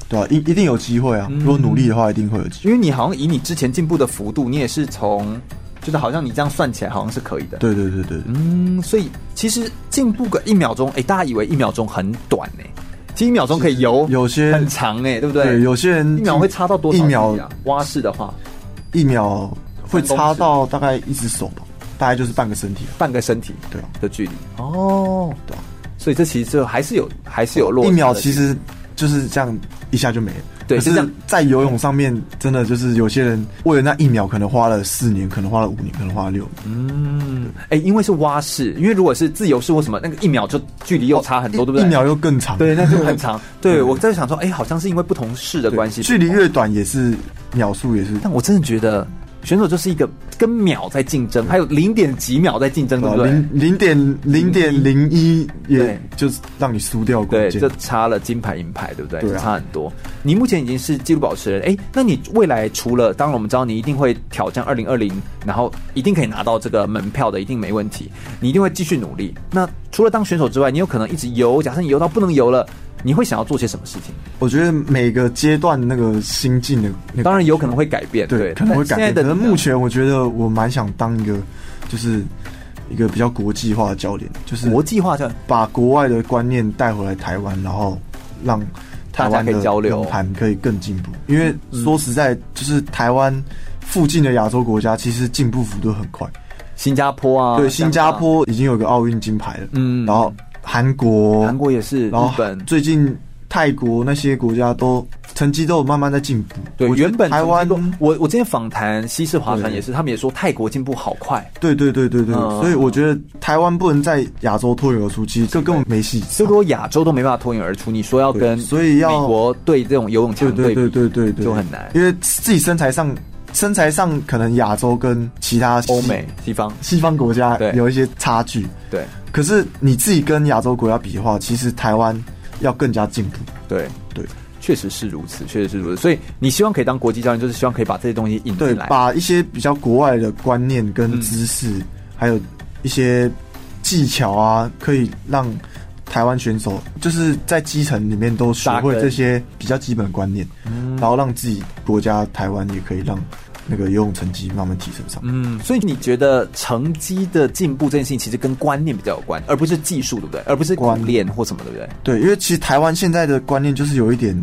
对啊，一一定有机会啊！嗯如果努力的话，一定会有机因会。为你好像以你之前进步的幅度，你也是从，就是好像你这样算起来好像是可以的，对对对对对，嗯，所以其实进步个一秒钟，哎，大家以为一秒钟很短呢、其实一秒钟可以游有些很长哎、对不对？对有些人一秒会差到多少、一秒啊？蛙式的话，一秒会差到大概一只手吧，大概就是半个身体啊。半个身体对啊，的距离哦，对啊，所以这其实就还是有还是有落差哦一的秒其实就是这样一下就没了。对可就这是样，在游泳上面，真的就是有些人为了那一秒，可能花了四年，可能花了五年，可能花了六年。嗯，哎，因为是蛙式，因为如果是自由式或什么，那个一秒就距离又差很多，对不对？一秒又更长。 *laughs* 对，那就很长。 *laughs* 对我在想说，哎，好像是因为不同式的对关系，距离越短也是秒数也是。但我真的觉得选手就是一个跟秒在竞争，还有零点几秒在竞争，对不对？哦零零点零点零一，也对就是让你输掉关对，键就。差了金牌银牌，对不对？对啊就差很多。你目前已经是纪录保持人，哎，那你未来除了，当然我们知道你一定会挑战二零二零，然后一定可以拿到这个门票的，一定没问题。你一定会继续努力。那除了当选手之外，你有可能一直游，假设你游到不能游了，你会想要做些什么事情？我觉得每个阶段那个心境的那个当然有可能会改变，对，对，可能会改但变。现在的可能你呢目前我觉得我蛮想当一个，就是一个比较国际化的教练，就是国际化的把国外的观念带回来台湾，然后让台湾大家可的以交流论坛可以更进步。因为说实在，就是台湾附近的亚洲国家其实进步幅度很快。新加坡啊，对，新加香港啊坡已经有个奥运金牌了，嗯然后韩国，韩国也是，日然后本最近泰国那些国家都成绩都有慢慢在进步。对我觉得原本台湾曾经过我我今天访谈西式划船也是，他们也说泰国进步好快。对对对对对，嗯所以我觉得台湾不能在亚洲脱颖而出，其实这根本没戏。就如果亚洲都没办法脱颖而出，你说要对跟所以要美国对这种游泳对强对队对对对对，就很难因为自己身材上，身材上可能亚洲跟其他西欧美西方西方国家对有一些差距，对可是你自己跟亚洲国家比的话，其实台湾要更加进步。对对确实是如此，确实是如此。所以你希望可以当国际教练，就是希望可以把这些东西引对进，来。嗯把一些比较国外的观念跟知识，还有一些技巧啊，可以让台湾选手就是在基层里面都学扎会根嗯这些比较基本的观念，然后让自己国家台湾也可以让那个游泳成绩慢慢提升上。嗯，所以你觉得成绩的进步这件事情，其实跟观念比较有关，而不是技术，对不对？而不是苦观练或什么，对不对？对，因为其实台湾现在的观念就是有一点，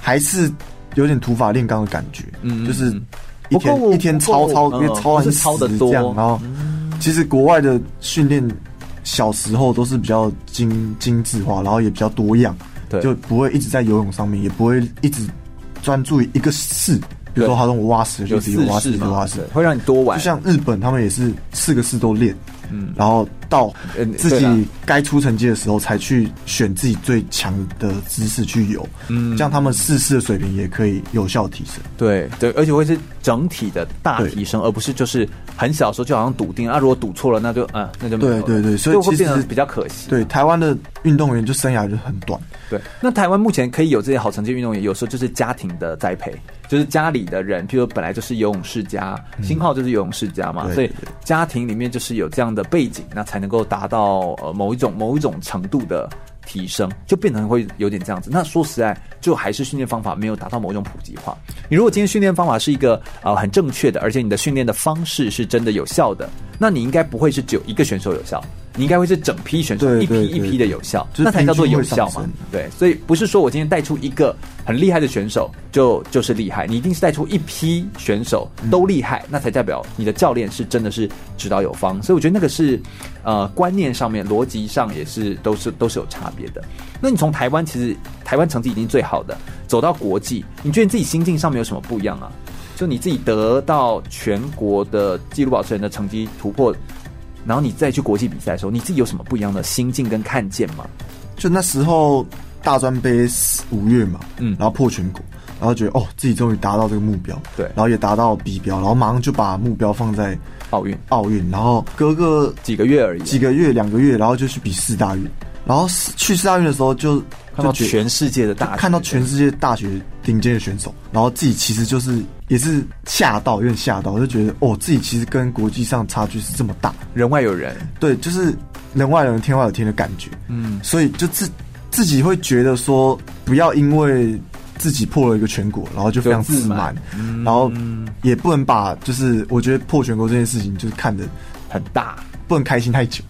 还是有点土法炼钢的感觉，嗯嗯就是嗯一不够天一天不操够操，嗯因为操不完是操得死多这样，然后其实国外的训练小时候都是比较精精致化，然后也比较多样，对就不会一直在游泳上面，也不会一直专注于一个式，比如对说好像我蛙式就有是一直游四蛙式，式一直游嘛蛙，式对，会让你多就玩。像日本他们也是四个式都练，嗯，然后到自对啦己该出成绩的时候才去选自己最强的姿势去游，嗯嗯，这样他们试试的水平也可以有效提升。对对，而且会是整体的大提升，而不是就是很小的时候就好像笃定啊，如果赌错了那就啊那就没有了对对对所以就会其变得实比较可惜。对，台湾的运动员就生涯就很短，对，那台湾目前可以有这些好成绩的运动员，有时候就是家庭的栽培，就是家里的人，譬如本来就是游泳世家，新浩就是游泳世家嘛，对所以对家庭里面就是有这样的背景，那才能够达到呃某一种某一种程度的提升，就变成会有点这样子。那说实在，就还是训练方法没有达到某一种普及化。你如果今天训练方法是一个呃很正确的，而且你的训练的方式是真的有效的，那你应该不会是只有一个选手有效。你应该会是整批选手对一批对一对批的有效，就是那才叫做平均有会效上嘛升。对，所以不是说我今天带出一个很厉害的选手就就是厉害，你一定是带出一批选手嗯都厉害，那才代表你的教练是真的是指导有方。所以我觉得那个是呃观念上面、逻辑上也是都是都是有差别的。那你从台湾其实台湾成绩已经最好的，走到国际，你觉得你自己心境上面有什么不一样啊？就你自己得到全国的纪录保持人的成绩突破，然后你再去国际比赛的时候，你自己有什么不一样的心境跟看见吗？就那时候大专杯五月嘛，嗯嗯，然后破全国，然后觉得哦自己终于达到这个目标，对然后也达到 B 标，然后马上就把目标放在奥运奥运，然后隔个几个月而已，几个月两个月，然后就去比四大运，然后四去四大运的时候就看到就觉全世界的大学，看到全世界大学顶尖的选手，然后自己其实就是也是吓到，有点吓到，就觉得哦自己其实跟国际上差距是这么大，人外有人，对，就是人外有人，天外有天的感觉。嗯，所以就自自己会觉得说，不要因为自己破了一个全国，然后就非常自满，嗯然后也不能把就是我觉得破全国这件事情就是看的很大，不能开心太久，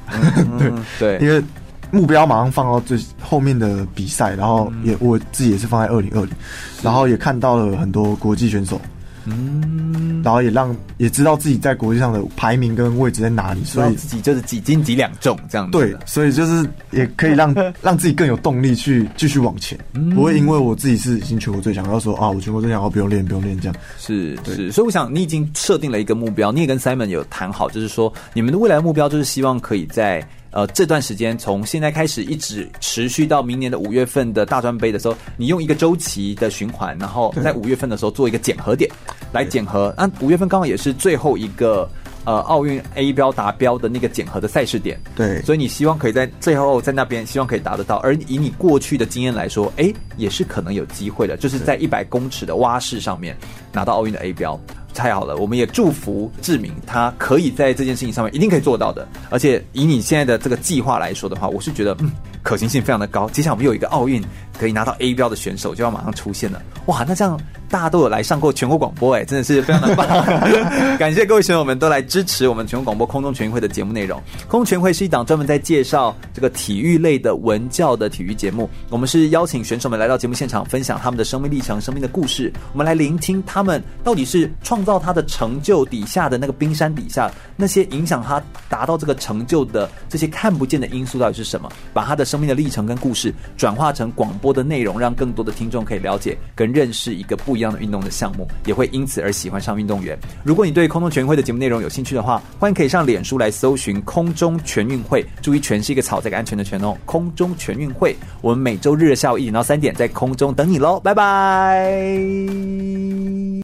对因为目标马上放到最后面的比赛，然后嗯也、我自己也是放在二零二零，然后也看到了很多国际选手。嗯，然后也让也知道自己在国际上的排名跟位置在哪里，所所以以自己就是几斤几两重这样子。对，所以就是也可以 *laughs* 让让自己更有动力去继续往前，嗯不会因为我自己是已经全国最强，然后说啊我全国最强，我不用练不用练这样。是是，所以我想你已经设定了一个目标，你也跟 Simon 有谈好，就是说你们的未来目标就是希望可以在呃这段时间，从现在开始一直持续到明年的五月份的大专杯的时候，你用一个周期的循环，然后在五月份的时候做一个检核点来检核。那五月份刚好也是最后一个。呃，奥运 A 标达标的那个检核的赛事点，对所以你希望可以在最后在那边，希望可以达得到。而以你过去的经验来说，哎，也是可能有机会的，就是在一百公尺的蛙式上面拿到奥运的 A 标。太好了，我们也祝福志明，他可以在这件事情上面一定可以做到的。而且以你现在的这个计划来说的话，我是觉得嗯，可行性非常的高。接下来我们有一个奥运可以拿到 A 标的选手就要马上出现了，哇，那这样大家都有来上过全国广播、哎，真的是非常的棒。 *laughs* 感谢各位选手们都来支持我们全国广播空中全运会的节目内容。空中全运会是一档专门在介绍这个体育类的文教的体育节目。我们是邀请选手们来到节目现场，分享他们的生命历程、生命的故事。我们来聆听他们到底是创造他的成就底下的那个冰山底下那些影响他达到这个成就的这些看不见的因素到底是什么？把他的生命的历程跟故事转化成广播的内容，让更多的听众可以了解跟认识一个不一样的运动的项目，也会因此而喜欢上运动员。如果你对空中全运会的节目内容有兴趣的话，欢迎可以上脸书来搜寻“空中全运会”，注意“全”是一个草这个安全的“全”哦，“空中全运会”。我们每周日的下午一点到三点在空中等你喽，拜拜。